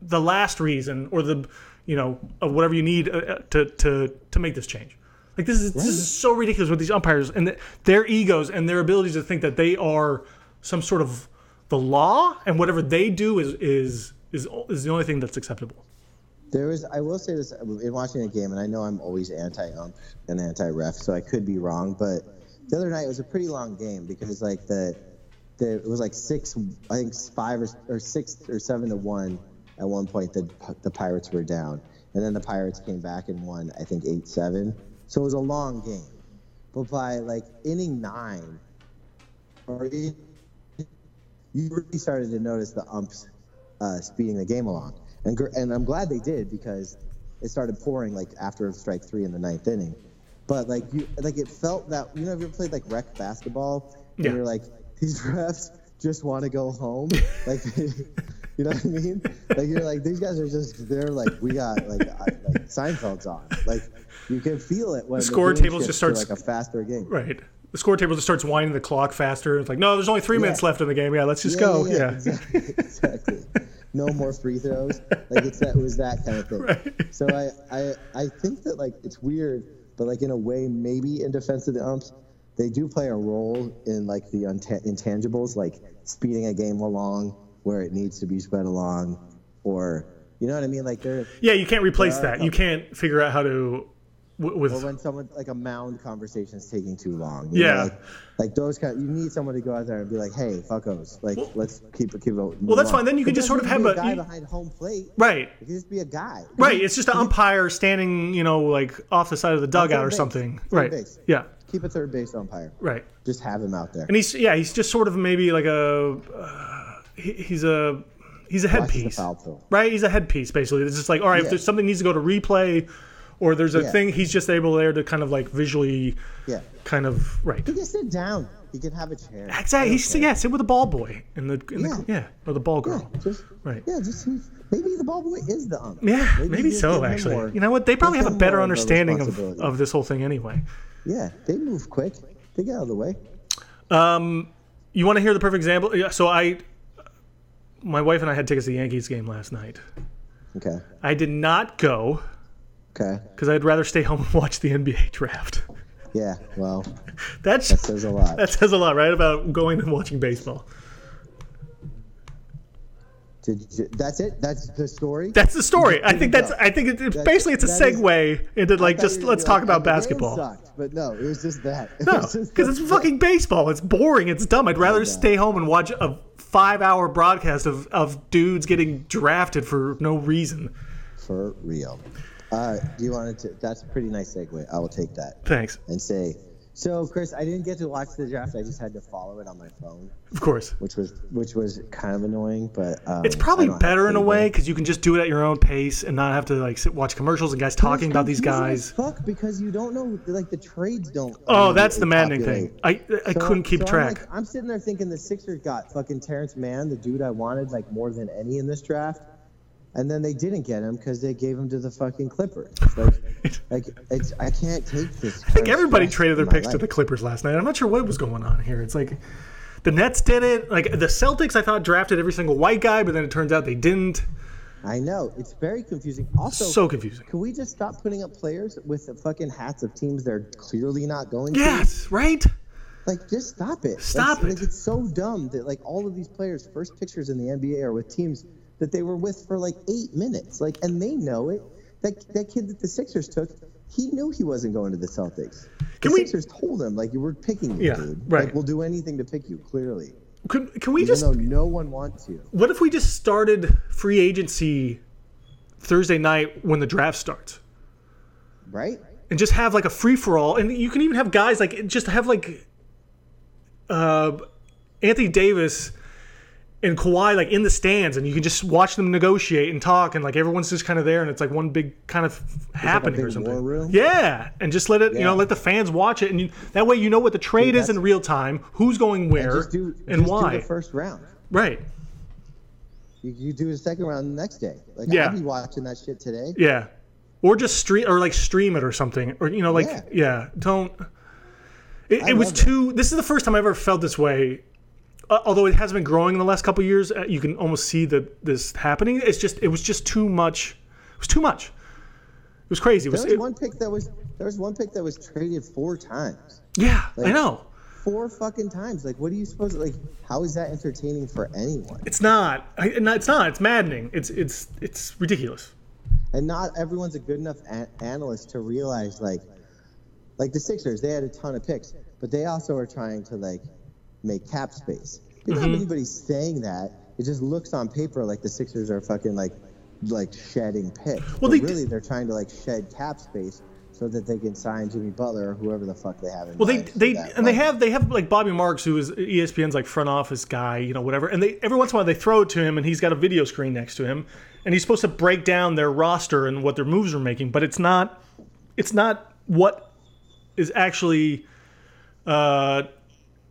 the last reason or the you know of whatever you need uh, uh, to to to make this change. Like this is this is so ridiculous with these umpires and th- their egos and their abilities to think that they are some sort of the law and whatever they do is is is is the only thing that's acceptable.
There was I will say this in watching a game, and I know I'm always anti ump and anti ref, so I could be wrong, but the other night it was a pretty long game because like the the it was like six I think five or, or six or seven to one at one point the the Pirates were down. And then the Pirates came back and won, I think, eight seven. So it was a long game. But by like inning nine or in you really started to notice the umps uh, speeding the game along. And, gr- and I'm glad they did because it started pouring like after strike three in the ninth inning. But like you, like it felt that you know if you ever played like rec basketball and
Yeah.
you're like these refs just want to go home, like you know what I mean? Like you're like these guys are just they're like we got like, I, like Seinfeld's on, like you can feel it when the
score
game
table just
shifts
starts-
to, like a faster game.
Right. The score table just starts winding the clock faster. It's like, no, there's only three minutes left in the game. Yeah, let's just go. Yeah.
exactly. exactly. No more free throws. Like it's that it was that kind of thing.
Right.
So I, I I think that like it's weird, but like in a way, maybe in defense of the umps, they do play a role in like the unta- intangibles, like speeding a game along where it needs to be sped along, or you know what I mean? Like they're
Yeah, you can't replace
There are a
that. You can't figure out how to w- with
Or when someone like a mound conversation is taking too long. you
Yeah.
know, like, like those kind. you need someone to go out there and be like, "Hey, fuckos, like
Well-
let's keep it keep it."
Well, that's fine. Then you can just sort of have
a
a-
guy
you-
behind home plate.
right,
It could just be a guy.
right. It's just an umpire standing, you know, like off the side of the dugout or
base.
something.
Third
Right.
base.
Yeah.
Keep a third base umpire.
Right.
Just have him out there.
And he's yeah, he's just sort of maybe like a uh, he, he's a he's a
Watch the
headpiece.
foul pole.
right? He's a headpiece basically. It's just like, all right, if
Yeah.
there's something needs to go to replay, or there's a
Yeah.
thing, he's just able there to kind of like visually,
Yeah.
kind of right.
He can sit down. He can have a chair.
Exactly. He's yeah, sit with the ball boy and the, and the
Yeah.
yeah or the ball
Yeah,
girl.
just,
Right.
Yeah, just maybe the ball boy is the ump.
Yeah, maybe,
just give
so.
him
Actually,
more-
you know what? They probably
give
have a
him
better
more of a
understanding of,
responsibility.
of this whole thing anyway.
yeah, they move quick. They get out of the way.
You want to hear the perfect example? Yeah, so I, my wife and I had tickets to the Yankees game last night.
Okay.
I did not go
Okay.
because I'd rather stay home and watch the NBA draft.
Yeah. Well,
That's
that says a lot.
that says a lot, right? About going and watching baseball.
Did you, that's it. That's the story.
That's the story. I think
Yeah.
that's. I think it, it's
That-
basically it's a
that is-
segue into
I
like
thought
just
you were
let's
gonna
talk
be like,
about
"The game
basketball.
sucked," but no, it was just that. It
No,
was just
because it's
that.
fucking baseball. It's boring. It's dumb. I'd rather stay home and watch a five-hour broadcast of of dudes getting drafted for no reason.
for real. Uh, do you want to? That's a pretty nice segue. I will take that
Thanks.
and say. So, Chris, I didn't get to watch the draft. I just had to follow it on my phone,
Of course.
which was which was kind of annoying. But um,
It's probably
I don't have
better in a
cable.
way because you can just do it at your own pace and not have to like sit, watch commercials and guys talking about these
confusing
guys.
as Fuck, because you don't know, like the trades don't.
Oh, that's the maddening
immediately
thing.
populate.
I I
So-
couldn't keep
so I'm,
track.
like, I'm sitting there thinking the Sixers got fucking Terrence Mann, the dude I wanted like more than any in this draft, and then they didn't get him because they gave him to the fucking Clippers. Like, like it's I can't take this.
I think everybody traded their picks to the Clippers last night. I'm not sure what was going on here. It's like the Nets did it. Like the Celtics, I thought drafted every single white guy, but then it turns out they didn't.
I know it's very confusing. Also,
so confusing.
can we just stop putting up players with the fucking hats of teams they're clearly not going to?
Yes, right?
Like, just stop it.
Stop
like,
it.
Like, it's so dumb that like all of these players' first pictures in the NBA are with teams that they were with for like eight minutes. Like, and they know it. That that kid that the Sixers took, he knew he wasn't going to the Celtics.
Can
the
we-
Sixers told him like you were picking you,
Yeah,
dude.
right.
Like, we'll do anything to pick you. Clearly,
Can, can we
even
just
though no one wants you.
what if we just started free agency Thursday night when the draft starts?
Right?
And just have like a free for all and you can even have guys like just have like uh Anthony Davis and Kawhi like in the stands and you can just watch them negotiate and talk and like everyone's just kind of there and it's like one big kind of happening or
big
something.
war room?
Yeah, and just let it you know
Yeah.
let the fans watch it and you, that way you know what the trade is
that's-
in real time, who's going where and,
Just do just
why.
Do the first round.
right.
You, you do the second round the next day. Like
Yeah.
I'll be watching that shit today.
Yeah. Or just stream or like stream it or something. Or you know, like yeah,
Yeah.
don't it, it was
love it.
too this is the first time I've ever felt this way. Uh, although it has been growing in the last couple of years, uh, you can almost see that this happening. It's just it was just too much. It was too much. It was crazy. It was,
There was
it-
one pick that was there was one pick that was traded four times.
yeah, I know.
four fucking times. Like, what do you suppose? Like, how is that entertaining for anyone?
It's not. I, no, it's not. It's maddening. It's it's it's ridiculous.
And not everyone's a good enough a- analyst to realize, like, like the Sixers, they had a ton of picks, but they also are trying to like make cap space. You
Mm-hmm.
don't have anybody saying that. It just looks on paper like the Sixers are fucking like, like shedding picks.
Well,
Well,
they-
but really, they're trying to like shed cap space so that they can sign Jimmy Butler or whoever the fuck they have in
Well, they
mind for
they
that
and they
run.
have they have like Bobby Marks, who is E ESPN's like front office guy, you know, whatever. And they every once in a while they throw it to him, and he's got a video screen next to him, and he's supposed to break down their roster and what their moves are making. But it's not, it's not what is actually uh,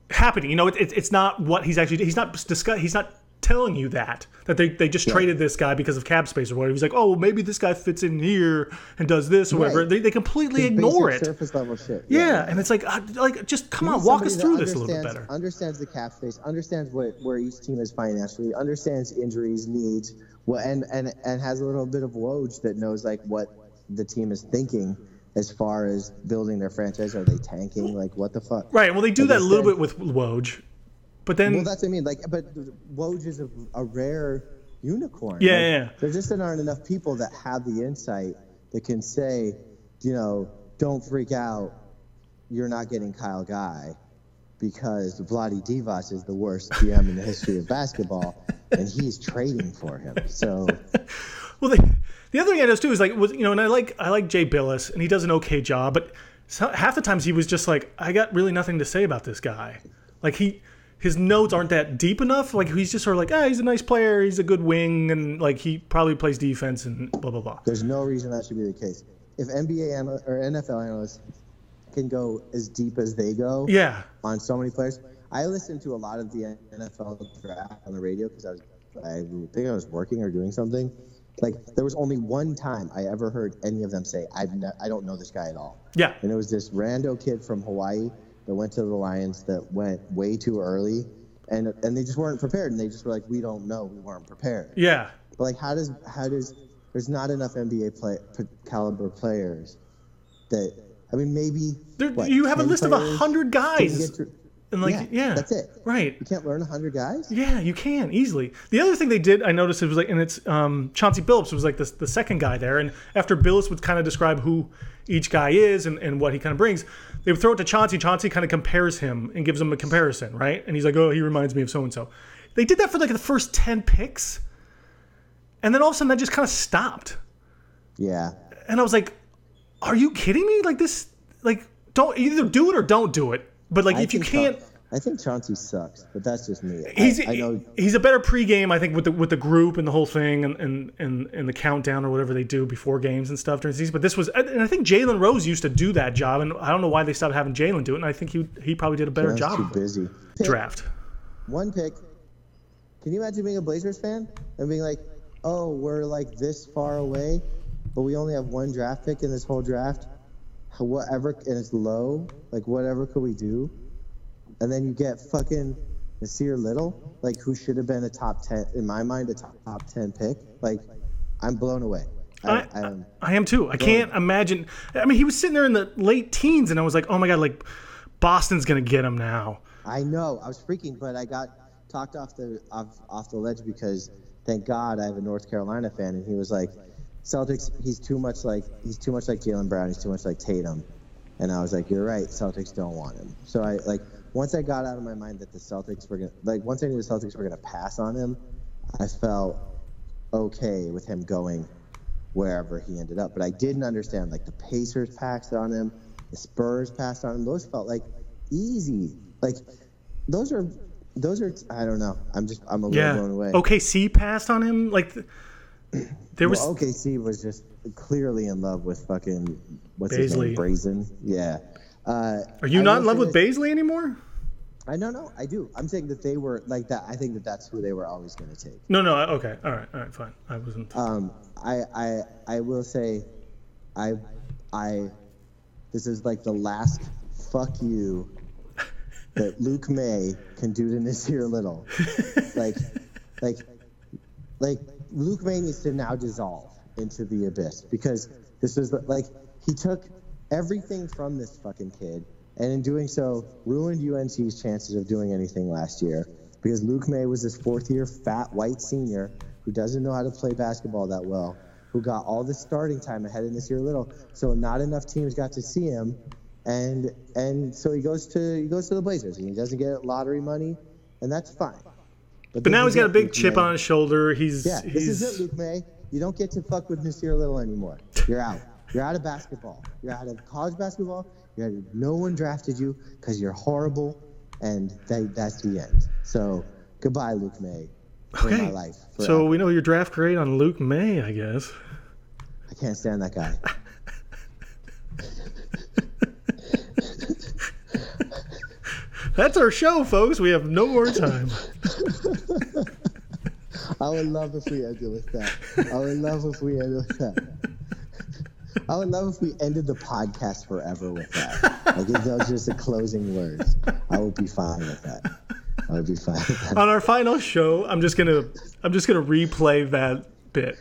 happening. You know, it, it, it's not what he's actually. He's not discuss. He's not telling you that that they, they just traded this guy because of cap space or whatever. He's like, oh, maybe this guy fits in here and does this or whatever.
Right.
They, they completely
Basic
ignore it.
Surface level shit.
Yeah, and it's like, uh, like just come on,
Need
walk us
somebody
through
that
this a little bit better.
understands- Understands the cap space, understands what, where each team is financially, understands injuries, needs, well, and and and has a little bit of woj that knows like what the team is thinking as far as building their franchise. Are they tanking? Like what the fuck?
Right. Well, they do
Like
that a
I
little
said-
bit with Woj, but then
Well, that's what I mean. Like, but woj is a, a rare unicorn.
Yeah,
Like,
yeah, yeah.
There just aren't enough people that have the insight that can say, you know, don't freak out. You're not getting Kyle Guy because Vladi Divac is the worst GM in the history of basketball, and he's trading for him. So
Well, the, the other thing I noticed too is like, was, you know, and I like I like Jay Billis, and he does an okay job, but so, half the times he was just like, I got really nothing to say about this guy. Like he, his notes aren't that deep enough. Like he's just sort of like, ah, he's a nice player, he's a good wing, and like he probably plays defense and blah blah blah.
there's no reason that should be the case. If NBA anal- or NFL analysts can go as deep as they go,
Yeah,
on so many players. I listened to a lot of the NFL draft on the radio because I was, I think I was working or doing something. Like there was only one time I ever heard any of them say, "I've ne- I don't know this guy at all,"
yeah,
and it was this rando kid from Hawaii that went to the Lions that went way too early, and and they just weren't prepared, and they just were like, "We don't know, we weren't prepared."
yeah,
But like, how does how does there's not enough NBA play, p- caliber players that I mean maybe
there,
what,
you have a
10
list of a
players
hundred
can get
guys,
through-
and like, yeah,
that's it.
right.
You can't learn 100 guys?
Yeah, you can easily. The other thing they did, I noticed, it was like, and it's um, Chauncey Billups was like the, the second guy there, and after Billups would kind of describe who each guy is and, and what he kind of brings, they would throw it to Chauncey. Chauncey kind of compares him and gives him a comparison, right? And he's like, oh, he reminds me of so and so. They did that for like the first ten picks, and then all of a sudden that just kind of stopped,
Yeah.
and I was like, are you kidding me? Like this, like don't either do it or don't do it. But like
I
if you
think
can't.
Chaun- I think Chauncey sucks, but that's just me. I-
he's
I, know
he's a better pregame, I think, with the with the group and the whole thing and and and, and the countdown or whatever they do before games and stuff during the season. But this was, and I think Jalen Rose used to do that job, and I don't know why they stopped having Jalen do it. And I think he he probably did a better
Brown's
job
too
of it.
busy. Pick,
draft.
One pick. Can you imagine being a Blazers fan and being like, oh, we're like this far away, but we only have one draft pick in this whole draft? Whatever, and it's low. Like, whatever could we do? And then you get fucking Nasir Little, like, who should have been a top 10, in my mind, a top, top 10 pick. Like, I'm blown away. I,
I-
I'm,
I am too. I can't imagine. I mean, he was sitting there in the late teens, and I was like, oh my god, like Boston's gonna get him now.
I know. I was freaking, but I got talked off the off, off the ledge because thank God I have a North Carolina fan, and he was like, "Celtics, he's too much like he's too much like Jalen Brown. He's too much like Tatum." And I was like, "You're right. Celtics don't want him." So I like once I got out of my mind that the Celtics were gonna like once I knew the Celtics were gonna pass on him, I felt okay with him going wherever he ended up. But I didn't understand like the Pacers passed on him, the Spurs passed on him. Those felt like easy. Like those are those are I don't know. I'm just I'm a little
Yeah,
blown away.
OKC passed on him. Like th- there was
Well, OKC was just clearly in love with fucking what's his name?
Bazley.
Brazen. Yeah. Uh,
Are you
I
not
will
in love
say
with
that-
Baisley anymore?
I no no I do. I'm saying that they were like that. I think that that's who they were always going to take.
No, no. I- Okay, all right, all right, fine. I wasn't.
Um, I, I I will say, I I this is like the last fuck you that Luke May can do to Nasir Little. like like like Luke May needs to now dissolve into the abyss because this is like he took everything from this fucking kid and in doing so ruined UNC's chances of doing anything last year because Luke May was this fourth year fat white senior who doesn't know how to play basketball that well who got all the starting time ahead in this year little so not enough teams got to see him and and so he goes to he goes to the Blazers and he doesn't get lottery money and that's fine
But now he's got a big
chip
chip on his shoulder. He's
yeah, this
he's
is it, Luke May. You don't get to fuck with Nasir Little anymore. You're out. You're out of basketball. You're out of college basketball. You're out of, no one drafted you because you're horrible, and that, that's the end. So goodbye, Luke May, for my
Okay.
life.
so
forever.
we know your draft grade on Luke May, I guess.
I can't stand that guy.
That's our show, folks. We have no more time.
I would love if we ended with that. I would love if we ended with that. I would love if we ended the podcast forever with that. Like if that was just a closing words, I would be fine with that. I would be fine with that.
on our final show, I'm just gonna I'm just gonna replay that bit.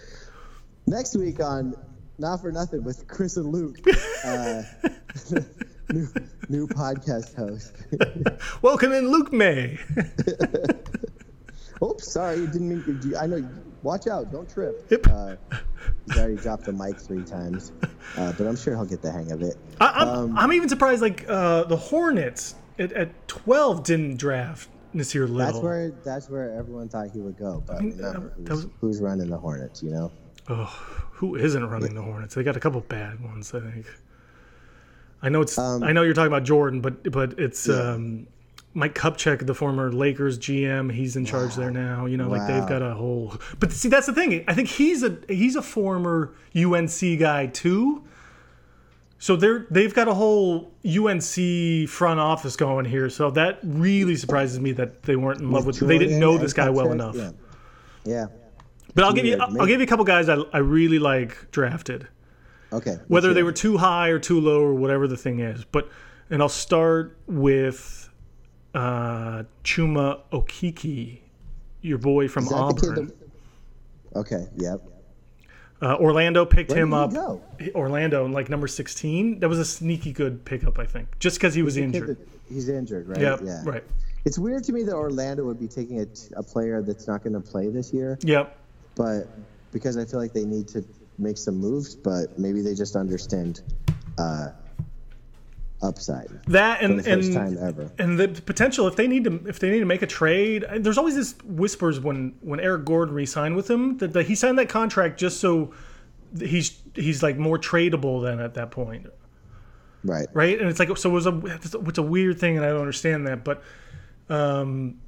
next week on Not for Nothing with Chris and Luke, uh, new, new podcast host.
Welcome in Luke May.
Oops, sorry, you didn't mean. I know Watch out! Don't trip.
Yep.
Uh, he's already dropped the mic three times, uh, but I'm sure he'll get the hang of it.
I, I'm,
um,
I'm even surprised like uh, the Hornets at, at 12 didn't draft Nasir Little.
That's where that's where everyone thought he would go. But remember,
Oh. that
who's,
was-
who's running the Hornets? You know,
Ugh, who isn't running the Hornets? They got a couple bad ones, I think. I know it's.
Um,
I know you're talking about Jordan, but but it's um, Mike Kupchak, the former Lakers GM. He's in charge there now. You know, like they've
Wow.
got a whole. But see, that's the thing. I think he's a he's a former UNC guy too. So they're they've got a whole UNC front office going here. So that really surprises me that they weren't in love with. They didn't
Julian
know
and
this guy well
Patrick,
enough.
Yeah. Yeah.
But I'll give you
Yeah,
I'll, I'll
maybe.
give you a couple guys I, I really like drafted
Okay.
whether they were too high or too low or whatever the thing is. But and I'll start with uh, Chuma Okiki, your boy from
Is that the kid
Auburn.
that- Okay. Yep.
Uh, Orlando picked
Where
him
did he
up.
go?
Orlando in like number sixteen. That was a sneaky good pickup, I think, just because he was
Kid
injured.
that- He's injured, right?
Yep.
yeah.
Right.
It's weird to me that Orlando would be taking a, t- a player that's not going to play this year,
Yep.
but because I feel like they need to make some moves, but maybe they just understand uh, upside
That and
for the first
and
time ever.
and the potential if they need to if they need to make a trade and there's always this whispers when when eric gordon re-signed with him that, that he signed that contract just so th- he's he's like more tradable than at that point
Right.
right and it's like so it was a it's a weird thing and i don't understand that but um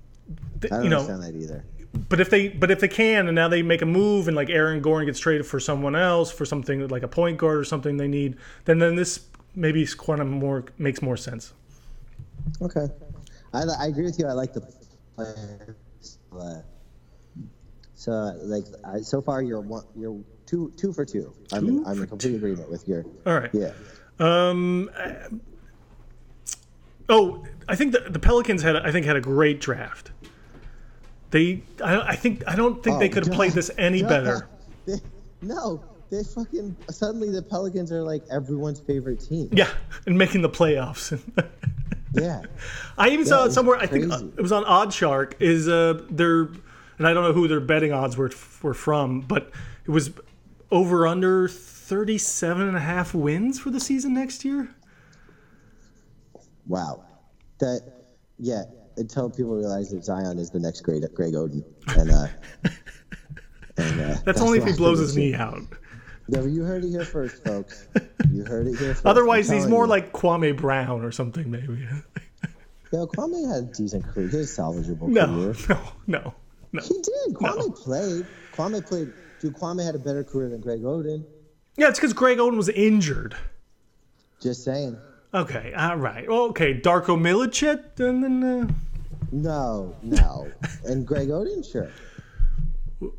th-
I don't
you know
understand that either.
but if they but if they can and now they make a move and like Aaron Gordon gets traded for someone else for something like a point guard or something they need then then this maybe quantum more makes more sense
Okay. I, li- I agree with you. I like the player. Uh, so like I, so far you're one, you're two two for two. I'm in,
Two
I'm
for
in complete agreement with your
all right
yeah.
Um, uh, oh, I think the, the Pelicans had I think had a great draft. They I, I think I don't think they
Oh,
could have played
God.
this any better.
They- no, they fucking suddenly the Pelicans are like everyone's favorite team.
Yeah, and making the playoffs.
Yeah.
I even saw
it
it
was
somewhere. I think uh,
crazy.
it was on Odd Shark. Is uh their and I don't know who their betting odds were were from, but it was over under 37 and a half wins for the season next year.
Wow. That yeah. Until people realize that Zion is the next great Greg Oden, and uh, and uh,
That's only if he
what
blows
happened
his
this year.
knee out.
No, you heard it here first, folks. You heard it here first.
Otherwise,
I'm
he's
telling
more
you.
like Kwame Brown or something, maybe.
Yo, Kwame had a decent career. He had a salvageable
No,
career.
no, no, no.
He did. Kwame played. Kwame played. Dude, Kwame had a better career than Greg Oden.
Yeah, it's because Greg Oden was injured.
Just saying.
Okay, all right. Well, okay, Darko Milicic, and then uh,
No, no. and Greg Oden, sure.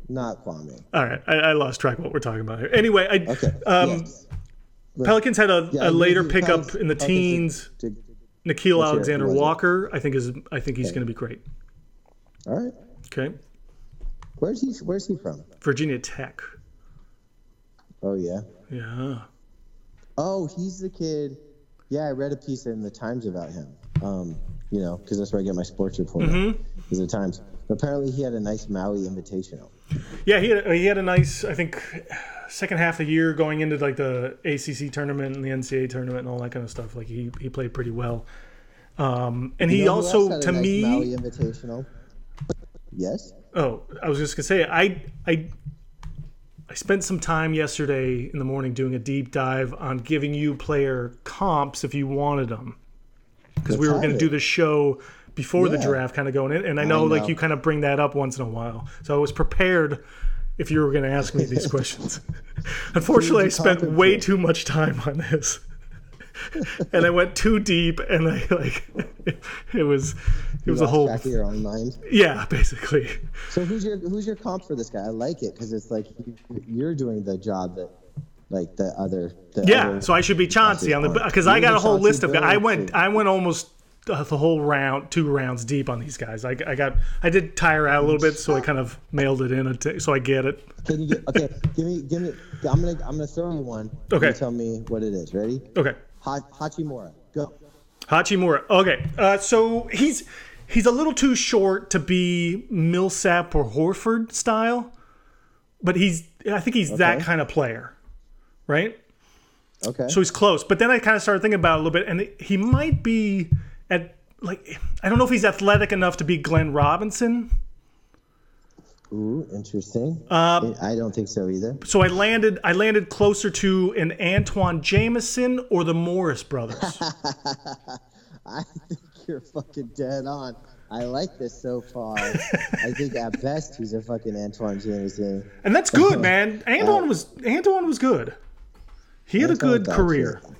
Not Kwame.
all right. I, I lost track of what we're talking about here. Anyway, I
Okay.
um,
yes.
Pelicans had a,
Yeah,
a later
Pelicans-
pickup in the
Pelicans-
teens.
Did-
Nikhil
Let's hear it.
Alexander
Who was it?
Walker, I think is I think he's going to be great.
All right.
Okay,
Where's he? Where's he from?
Virginia Tech.
Oh yeah.
Yeah.
Oh, he's the kid. Yeah, I read a piece in the Times about him. Um, you know, because that's where I get my sports report.
Mm-hmm.
Is the Times. Apparently, he had a nice Maui Invitational.
Yeah, he had, he had a nice, I think, second half of the year going into like the ACC tournament and the NCAA tournament and all that kind of stuff. Like he, he played pretty well. Um, and he
You know who else
also,
had a
to
nice
me,
Maui Invitational. Yes.
oh, I was just gonna say, I, I, I spent some time yesterday in the morning doing a deep dive on giving you player comps if you wanted them, because we were gonna
timing.
do the show before the
Yeah.
draft, kind of going in. And I know, like
know.
you kind of bring that up once in a while, so I was prepared if you were going to ask me these questions. Unfortunately, I
Who's the
spent
talking
way
to?
too much time on this. and I went too deep and I like it was it was a
Lost
whole
track of your own mind.
yeah, basically.
So who's your who's your comp for this guy? I like it because it's like you- you're doing the job that like the other. The
Yeah,
other-
so I should be Chauncey on the
Chauncey.
because I
You're
got
the
a whole
Chauncey
list of guys. I went
Billups.
I went almost the the whole round, two rounds deep on these guys. I, I got I did tire out a little bit, so I kind of mailed it in. a t- So I get it.
Can you get okay? Give me give me. I'm gonna I'm gonna throw you one.
Okay.
You tell me what it is. Ready?
Okay,
Ha- Hachimura. Go.
Hachimura. Okay, uh, so he's he's a little too short to be Millsap or Horford style, but he's I think he's that kind of player, right?
Okay.
So he's close. But then I kind of started thinking about it a little bit, and he might be at like I don't know if he's athletic enough to be Glenn Robinson.
Ooh, interesting.
Um,
I don't think so either.
So I landed I landed closer to an Antoine Jameson or the Morris brothers.
I think you're fucking dead on. I like this so far. I think at best he's a fucking Antoine Jameson.
and that's good, man. Antoine was Antoine was good. He had a
Antoine
good
got
career.
killed.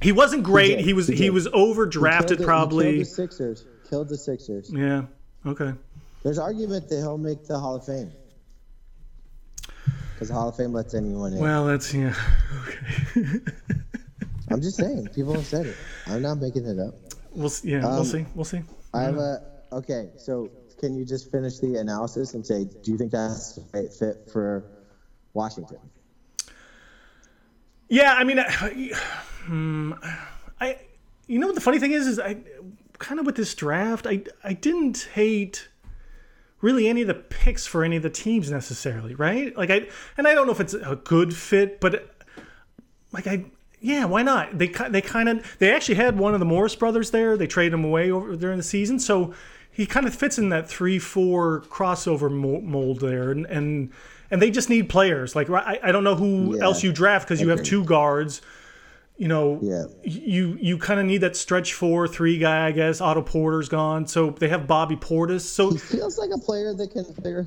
He wasn't great.
did.
He was
He
he
did.
was
Killed the-
overdrafted
he
probably.
Killed the Sixers. Killed the Sixers.
Yeah. Okay.
There's argument that he'll make the Hall of Fame. Because the Hall of Fame lets anyone in.
Well, that's yeah. Okay.
I'm just saying. People have said it. I'm not making it up.
we'll see. Yeah, we'll
Um,
see. We'll see.
I have a. Okay, so can you just finish the analysis and say, do you think that's the right fit for Washington?
Yeah, I mean, I, hmm, I you know what the funny thing is is I kind of with this draft, I I didn't hate really any of the picks for any of the teams necessarily, right? Like I and I don't know if it's a good fit, but like I yeah, why not? They ki- they kind of they actually had one of the Morris brothers there. They traded him away over during the season, so he kind of fits in that three four crossover mo- mold there, and and and they just need players. Like I, I don't know who
Yeah.
else you draft because you have two guards. You know,
Yeah.
you you kind of need that stretch four three guy, I guess. Otto Porter's gone, so they have Bobby Portis. So
He feels like a player that can player.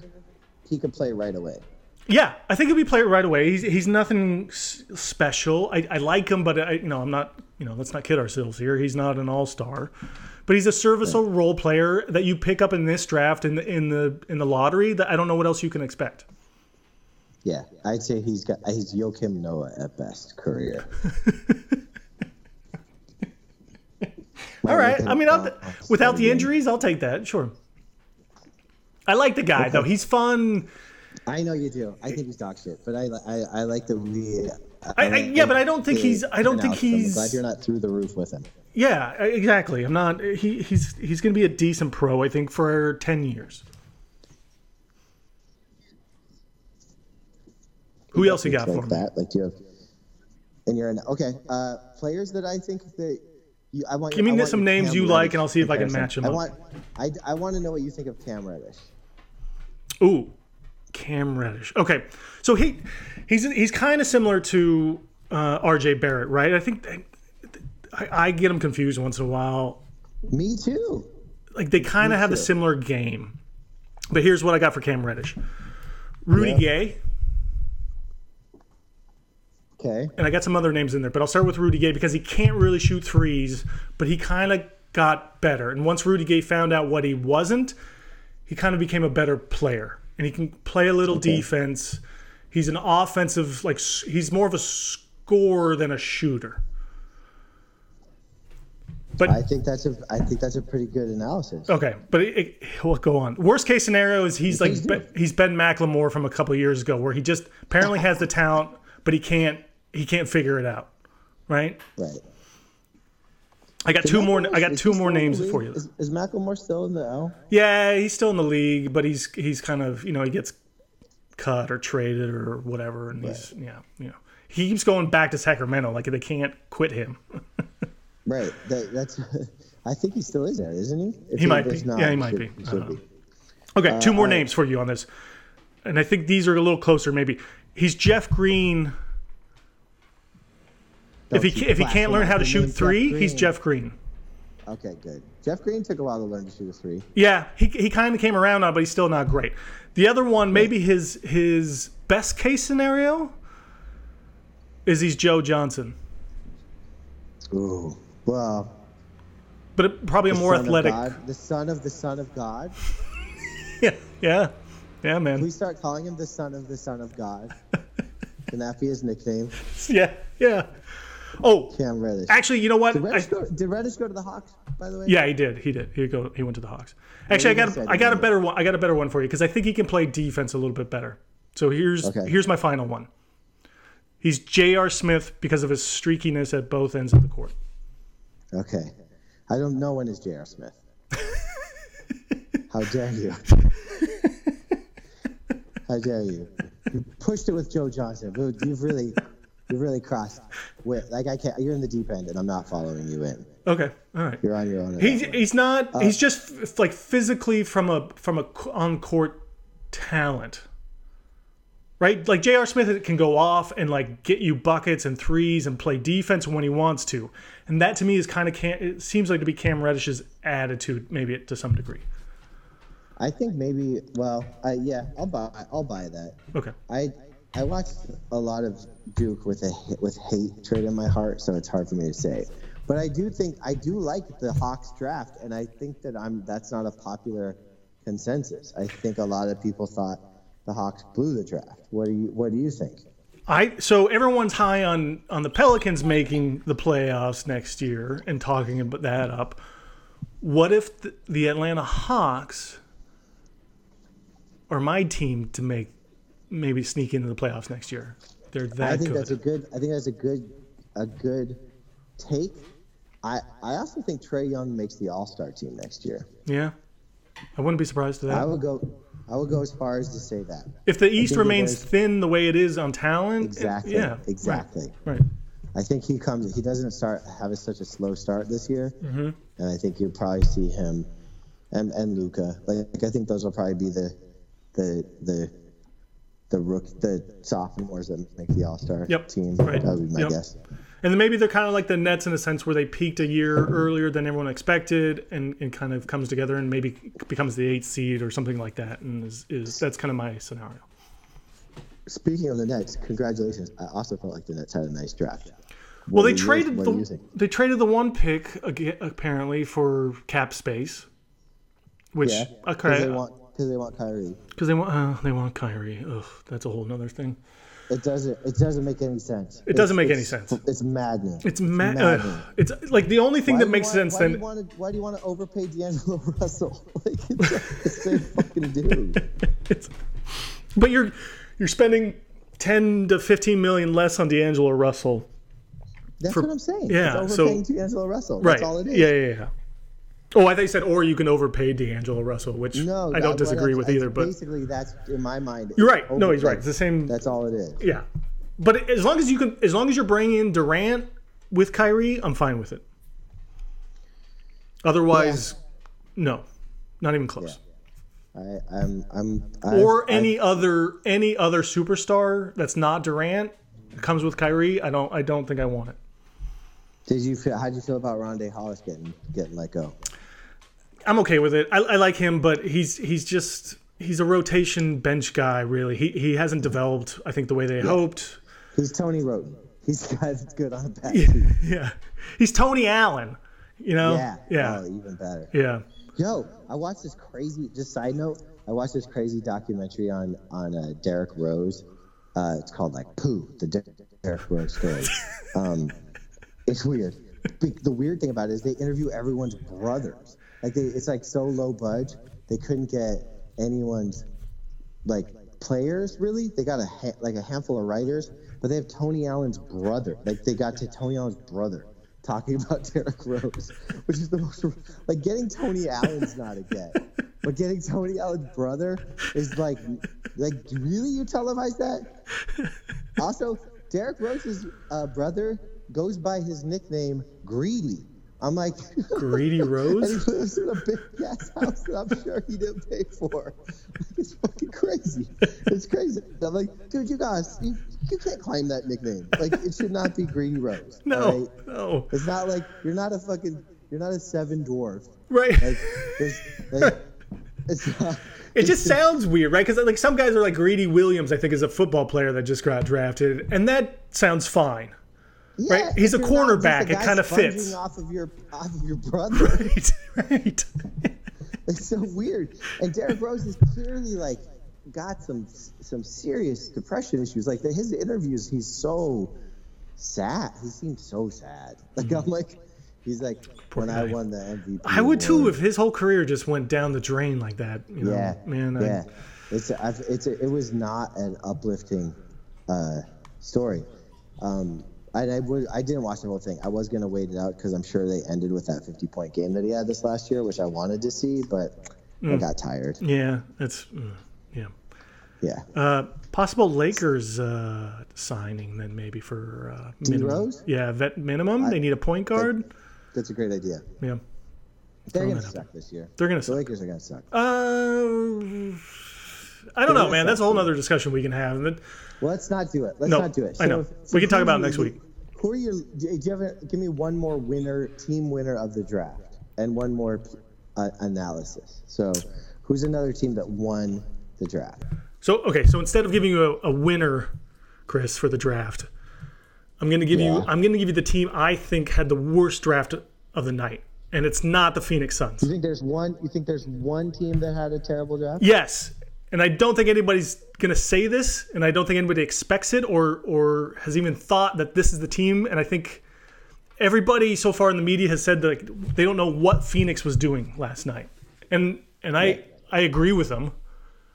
He can play right away.
Yeah, I think he'll be played right away. He's, he's nothing s- special. I, I like him, but I you know I'm not you know let's not kid ourselves here. He's not an all star, but he's a serviceable role player that you pick up in this draft in the in the in the lottery. That I don't know what else you can expect.
Yeah, I'd say he's got he's Joakim Noah at best career.
All right, I mean I'll, without the injuries, I'll take that. Sure. I like the guy though. He's fun.
I know you do. I think he's dog shit, but I li- I, I like the we.
I-
like
yeah,
the-
but I don't think
the
he's- I don't think
analysis. I'm
he's-
glad you're not through the roof with him.
Yeah, e- exactly. I'm not. He he's he's going to be a decent pro. I think for ten years. Who else you got
like
for me?
that? Like you have, and you're in. Okay, uh, players that I think that you. I want.
Give me
I want
some
your
names
Cam
you
Reddish
like, and I'll see if I can
comparison.
match 'em
I
up.
want. I, I want to know what you think of Cam Reddish.
Ooh, Cam Reddish. Okay, so he he's he's kind of similar to uh, R.J. Barrett, right? I think I, I get him confused once in a while.
Me too.
Like they kind of have a similar game, but here's what I got for Cam Reddish: Rudy
Yeah.
Gay,
Okay.
and I got some other names in there, but I'll start with Rudy Gay because he can't really shoot threes, but he kind of got better. And once Rudy Gay found out what he wasn't, he kind of became a better player. And he can play a little defense. He's an offensive, like, s- he's more of a scorer than a shooter.
I think that's a. I think that's a pretty good analysis.
Okay, but it, it, well, go on. Worst case scenario is he's like
Please
Be- he's Ben McLemore from a couple years ago, where he just apparently has the talent, but he can't he can't figure it out, right?
Right.
I got two more. I got
Is he still
two more
in the
names
league?
for you.
Is, is Macklemore still in the L?
Yeah, he's still in the league, but he's he's kind of you know he gets cut or traded or whatever, and he's yeah you know he keeps going back to Sacramento like they can't quit him.
Right. That, that's. I think he still is there, isn't he? If
might
is
be. Yeah, he might
should-
be. Uh-huh. I
should
don't know.
Uh,
Okay, two more names for you on this, and I think these are a little closer. Maybe he's Jeff Green. If he
Don't
ca-
you
if he
blast
can't
him
learn
out.
how to
The
shoot
name's Jeff
three, he's
Green.
Jeff Green.
Okay, good. Jeff Green took a while to learn to shoot a three.
Yeah, he, he kind of came around now, but he's still not great. The other one, maybe his his best case scenario is he's Joe Johnson,
Ooh. Well,
but it- probably a more
son of
athletic.
God, the son of the son of God.
Yeah, yeah, yeah, man.
We start calling him the son of the son of God. Can that be his nickname?
Yeah, yeah. Oh,
Cam Reddish.
actually, you know what?
Did Reddish,
I-
go, did Reddish go to the Hawks, by the way?
yeah, he did. He did. He go. He went to the Hawks. Actually, I
you
got
said
a, I got a
he-
better one. I got a better one for you because I think he can play defense a little bit better. So here's
Okay.
here's my final one. He's J.R. Smith because of his streakiness at both ends of the court.
Okay. I don't know when is J.R. Smith. How dare you? How dare you? You pushed it with Joe Johnson. Dude, You've really, you've really crossed. With like I can't. You're in the deep end, and I'm not following you in.
Okay, all right.
You're on your own.
He's he's not. he's just f- like physically from a from a on court talent, right? Like J.R. Smith can go off and like get you buckets and threes and play defense when he wants to, and that to me is kind of can it seems like to be Cam Reddish's attitude maybe to some degree.
I think maybe. Well, I, yeah, I'll buy. I'll buy that.
Okay,
I I watched a lot of Duke with a with hate trade in my heart, so it's hard for me to say. But I do think I do like the Hawks draft, and I think that I'm that's not a popular consensus. I think a lot of people thought the Hawks blew the draft. What do you What do you think?
I so everyone's high on on the Pelicans making the playoffs next year and talking about that up. What if the, the Atlanta Hawks are my team to make maybe sneak into the playoffs next year? They're
I
that
think that's a
good.
good. I think that's a good a good take. I I also think Trey Young makes the All Star team next year.
Yeah, I wouldn't be surprised to that.
I would go. I would go as far as to say that.
if the East
think it
remains
was-
thin the way it is on talent, it-
Exactly.
yeah, right,
Exactly.
Right,
I think he comes. He doesn't start have a, such a slow start this year, mm-hmm. and I think you'll probably see him and and Luca. Like I think those will probably be the the the the rook the sophomores that make the All Star
Yep.
team.
Right.
That would be my
Yep.
guess.
and then maybe they're kind of like the Nets in a sense where they peaked a year earlier than everyone expected, and, and kind of comes together and maybe becomes the eighth seed or something like that, and is, is that's kind of my scenario.
Speaking of the Nets, congratulations. I also felt like the Nets had a nice draft. What
Well, they
do you-
traded
what do you
the
think?
they traded the one pick aga apparently for cap space, which
Yeah, because
okay
they want because they want Kyrie.
because they want uh, they want Kyrie. Ugh, that's a whole nother thing.
It doesn't it doesn't make any sense.
It doesn't make any
it's-
sense.
It's maddening.
It's ma-
maddening.
uh, it's like the only thing
Why
that
do you
makes
want-
sense
why Do
then
you want to, why do you want to overpay D'Angelo Russell? Like, it's the same fucking dude.
It's- but you're you're spending 10 to 15 million less on D'Angelo Russell.
That's
For-
what I'm saying.
yeah,
It's
so-
overpaying D'Angelo Russell.
Right.
That's all it is.
Yeah, yeah, yeah. Oh, I thought you said or you can overpay D'Angelo Russell, which
No,
I
that-
don't
what
disagree
I'm-
with
I-
either, but
basically that's in my mind.
you're right. No, he's right. It's the same
That's all it is.
yeah. But as long as you can as long as you're bringing in Durant with Kyrie, I'm fine with it. Otherwise, no. Not even close.
I, I'm I'm I,
or
I-
any other any other superstar that's not Durant that comes with Kyrie. I don't I don't think I want it.
did you feel? How would you feel about Rondé Hollis getting getting let go?
I'm okay with it. I, I like him, but he's he's just he's a rotation bench guy. Really, he he hasn't developed. I think the way they hoped.
He's Tony Roten. He's the guy that's good on a bad
Yeah,
team.
yeah. he's Tony Allen. You know,
Yeah.
yeah,
Oh, even better.
yeah.
Yo, I watched this crazy. Just side note, I watched this crazy documentary on on uh, Derek Rose. Uh, it's called like "Pooh: The Der- Derek Rose Story." um, it's weird. Be- The weird thing about it is they interview everyone's brothers. Like they, it's like so low budge. They couldn't get anyone's like players really. They got a ha- like a handful of writers, but they have Tony Allen's brother. Like they got to Tony Allen's brother talking about Derek Rose, which is the most like getting Tony Allen's not a get, but getting Tony Allen's brother is like like really you televise that? Also, Derek Rose's uh, brother goes by his nickname Greedy. I'm like.
Greedy
And he
Rose.
lives in a big ass house that I'm sure he didn't pay for. Like, it's fucking crazy. It's crazy. I'm like, dude, you guys, you, you can't claim that nickname. Like, it should not be Greedy Rose. all
No,
right?
no,
It's not like you're not a fucking you're not a seven dwarf.
right.
Like, there's, like it's not.
It just sounds weird, right? Because like some guys are like Greedy Williams. I think is a football player that just got drafted, and that sounds fine.
Yeah,
right? He's
if
a
you're not just
cornerback,
a
it
guy
kinda
sponging
fits.
Off of your off of your brother.
Right, right.
It's so weird. And Derrick Rose is clearly like got some some serious depression issues. Like his interviews, he's so sad. He seems so sad. Like I'm like, he's like when I
Mm-hmm. guy.
won the MVP.
I would too
award."
if his whole career just went down the drain like that. You know,
Yeah,
man. I-
Yeah, it's I've, it's it was not an uplifting uh, story. Um, I, I was I didn't watch the whole thing. I was gonna wait it out because I'm sure they ended with that 50 point game that he had this
Mm.
last year, which I wanted to see, but I got tired.
Yeah, that's mm, yeah.
Yeah.
Uh, possible Lakers uh, signing then maybe for uh, minimum.
Rose?
Yeah, vet minimum. they need a point guard.
That's a great idea.
yeah,
They're
Throwing
going to
that up.
suck this year.
they're gonna.
The
Suck.
Lakers are going to suck.
Uh, I don't know, man. That's a whole other discussion we can have. That-
Well, let's not do it. Let's
No,
not do it.
I know. We can talk about it next week.
Who are your? Do you have a, give me one more winner, team winner of the draft, and one more uh, analysis. So, who's another team that won the draft?
So okay, so instead of giving you a, a winner, Chris, for the draft, I'm gonna give you
Yeah.
I'm gonna give you the team I think had the worst draft of the night, and it's not the Phoenix Suns.
You think there's one? You think there's one team that had a terrible draft?
Yes, and I don't think anybody's gonna say this, and I don't think anybody expects it or or has even thought that this is the team. And I think everybody so far in the media has said that like, they don't know what Phoenix was doing last night, and and I I agree with them.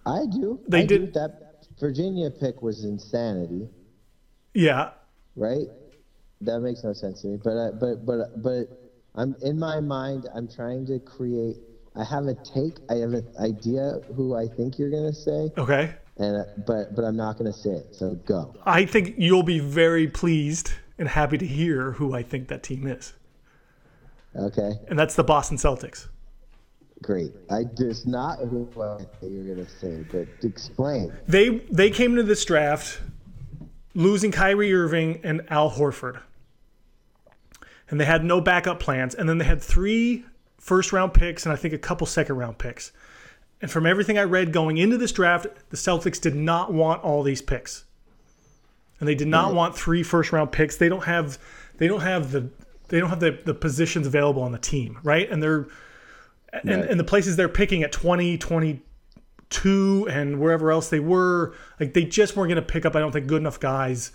I do.
They
I
did-
do. that. Virginia pick was insanity,
Yeah,
right? That makes no sense to me. But I, but but but I'm in my mind. I'm trying to create. I have a take. I have an idea who I think you're gonna say.
okay.
and uh, but but I'm not gonna say it. So go.
I think you'll be very pleased and happy to hear who I think that team is.
Okay,
And that's the Boston Celtics.
great. I just not who I think you're gonna say, but explain.
They they came into this draft losing Kyrie Irving and Al Horford. And they had no backup plans. And then they had three first round picks and I think a couple second round picks. And from everything I read going into this draft, the Celtics did not want all these picks. And they did not want three first round picks. They don't have they don't have the they don't have the, the positions available on the team, right? And they're and,
Right.
and the places they're picking at 20, 22 and wherever else they were, like they just weren't gonna pick up, I don't think, good enough guys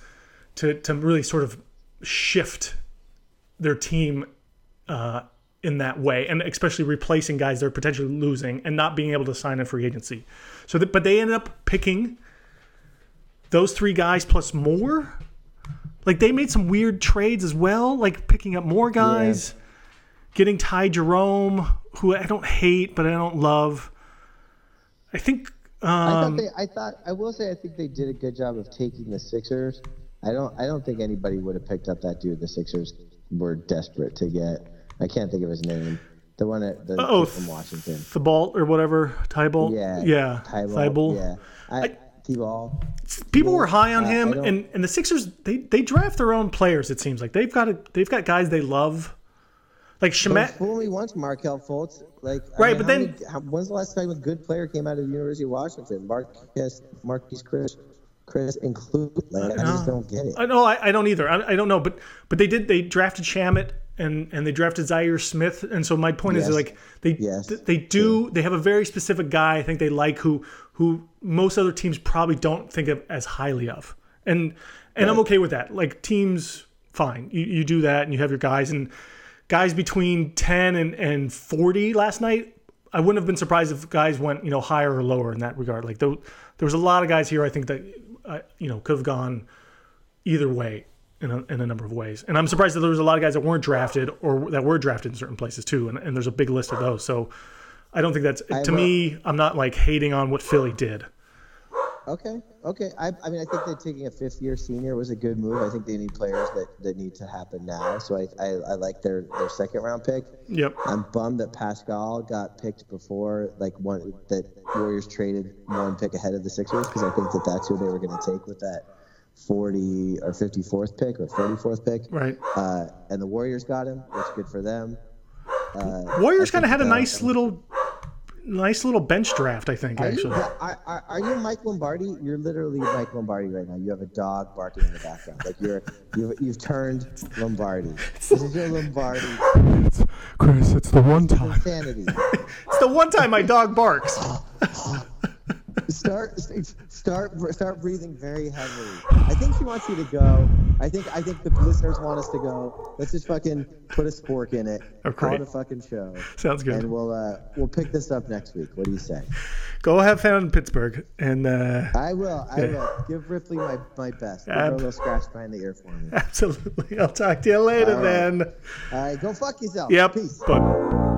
to to really sort of shift their team uh, in that way, and especially replacing guys they're potentially losing and not being able to sign in free agency. So, th- but they ended up picking those three guys plus more. Like they made some weird trades as well, like picking up more guys, getting Ty Jerome, who I don't hate but I don't love. I think.
I
Um,
thought they. I thought I will say I think they did a good job of taking the Sixers. I don't. I don't think anybody would have picked up that dude. The Sixers were desperate to get. I can't think of his name. The one at the
oh,
from Washington.
Thibault or whatever, Tybalt.
Yeah.
yeah,
Thibault.
Thibault.
Yeah. I, T-ball.
people were high on
I-
him,
I don't-
and, and the Sixers they, they draft their own players. It seems like they've got a, they've got guys they love, like Shemet.
Fool me once, Markel Fultz. Like, I mean,
Right, but
how
then-
many- how- when's the last time a good player came out of the University of Washington? Marquez, Marquise Chris, Chris included. Like, I just don't get it.
I know I, I don't either. I, I don't know, but but they did they drafted Shamit and and they drafted Zaire Smith, and so my point is
Yes.
like they
Yes.
th- they do they have a very specific guy I think they like who who most other teams probably don't think of as highly of, and and I'm okay with that. Like teams, fine, you you do that and you have your guys and guys between 10 and and 40 last night. I wouldn't have been surprised if guys went, you know, higher or lower in that regard. Like though, there was a lot of guys here. I think that, uh, you know, could have gone either way in a, in a number of ways. And I'm surprised that there was a lot of guys that weren't drafted or that were drafted in certain places too. And, and there's a big list of those. So I don't think that's to
will-
me. I'm not like hating on what Philly did.
Okay, okay. I, I mean, I think that taking a fifth-year senior was a good move. I think they need players that, that need to happen now. So I, I, I like their, their second-round pick.
Yep.
I'm bummed that Pascal got picked before, like one that Warriors traded one pick ahead of the Sixers because I think that that's who they were going to take with that 40 or 54th pick or 44th pick.
Right.
Uh, and the Warriors got him, which is good for them. Uh,
Warriors
I
kind
think
of had a
that-
nice little, nice little bench draft. I think
Are you,
actually.
are, are- are you Mike Lombardi? You're literally Mike Lombardi right now. You have a dog barking in the background. Like you're, you've, you've turned Lombardi. This is your Lombardi
Chris, it's the one time.
sanity.
It's the one time my dog barks.
start start start breathing very heavily. I think she wants you to go. I think I think the listeners want us to go. Let's just fucking put a spork in it.
Okay.
Call it a fucking show.
Sounds good.
And we'll uh, we'll pick this up next week. What do you say?
Go have fun in Pittsburgh and uh,
I will. I will give Ripley my, my best. Give her a
Ab-
little scratch behind the ear for me.
absolutely. I'll talk to you later
All right.
then.
All right, go fuck yourself.
Yep.
Peace.
Bye.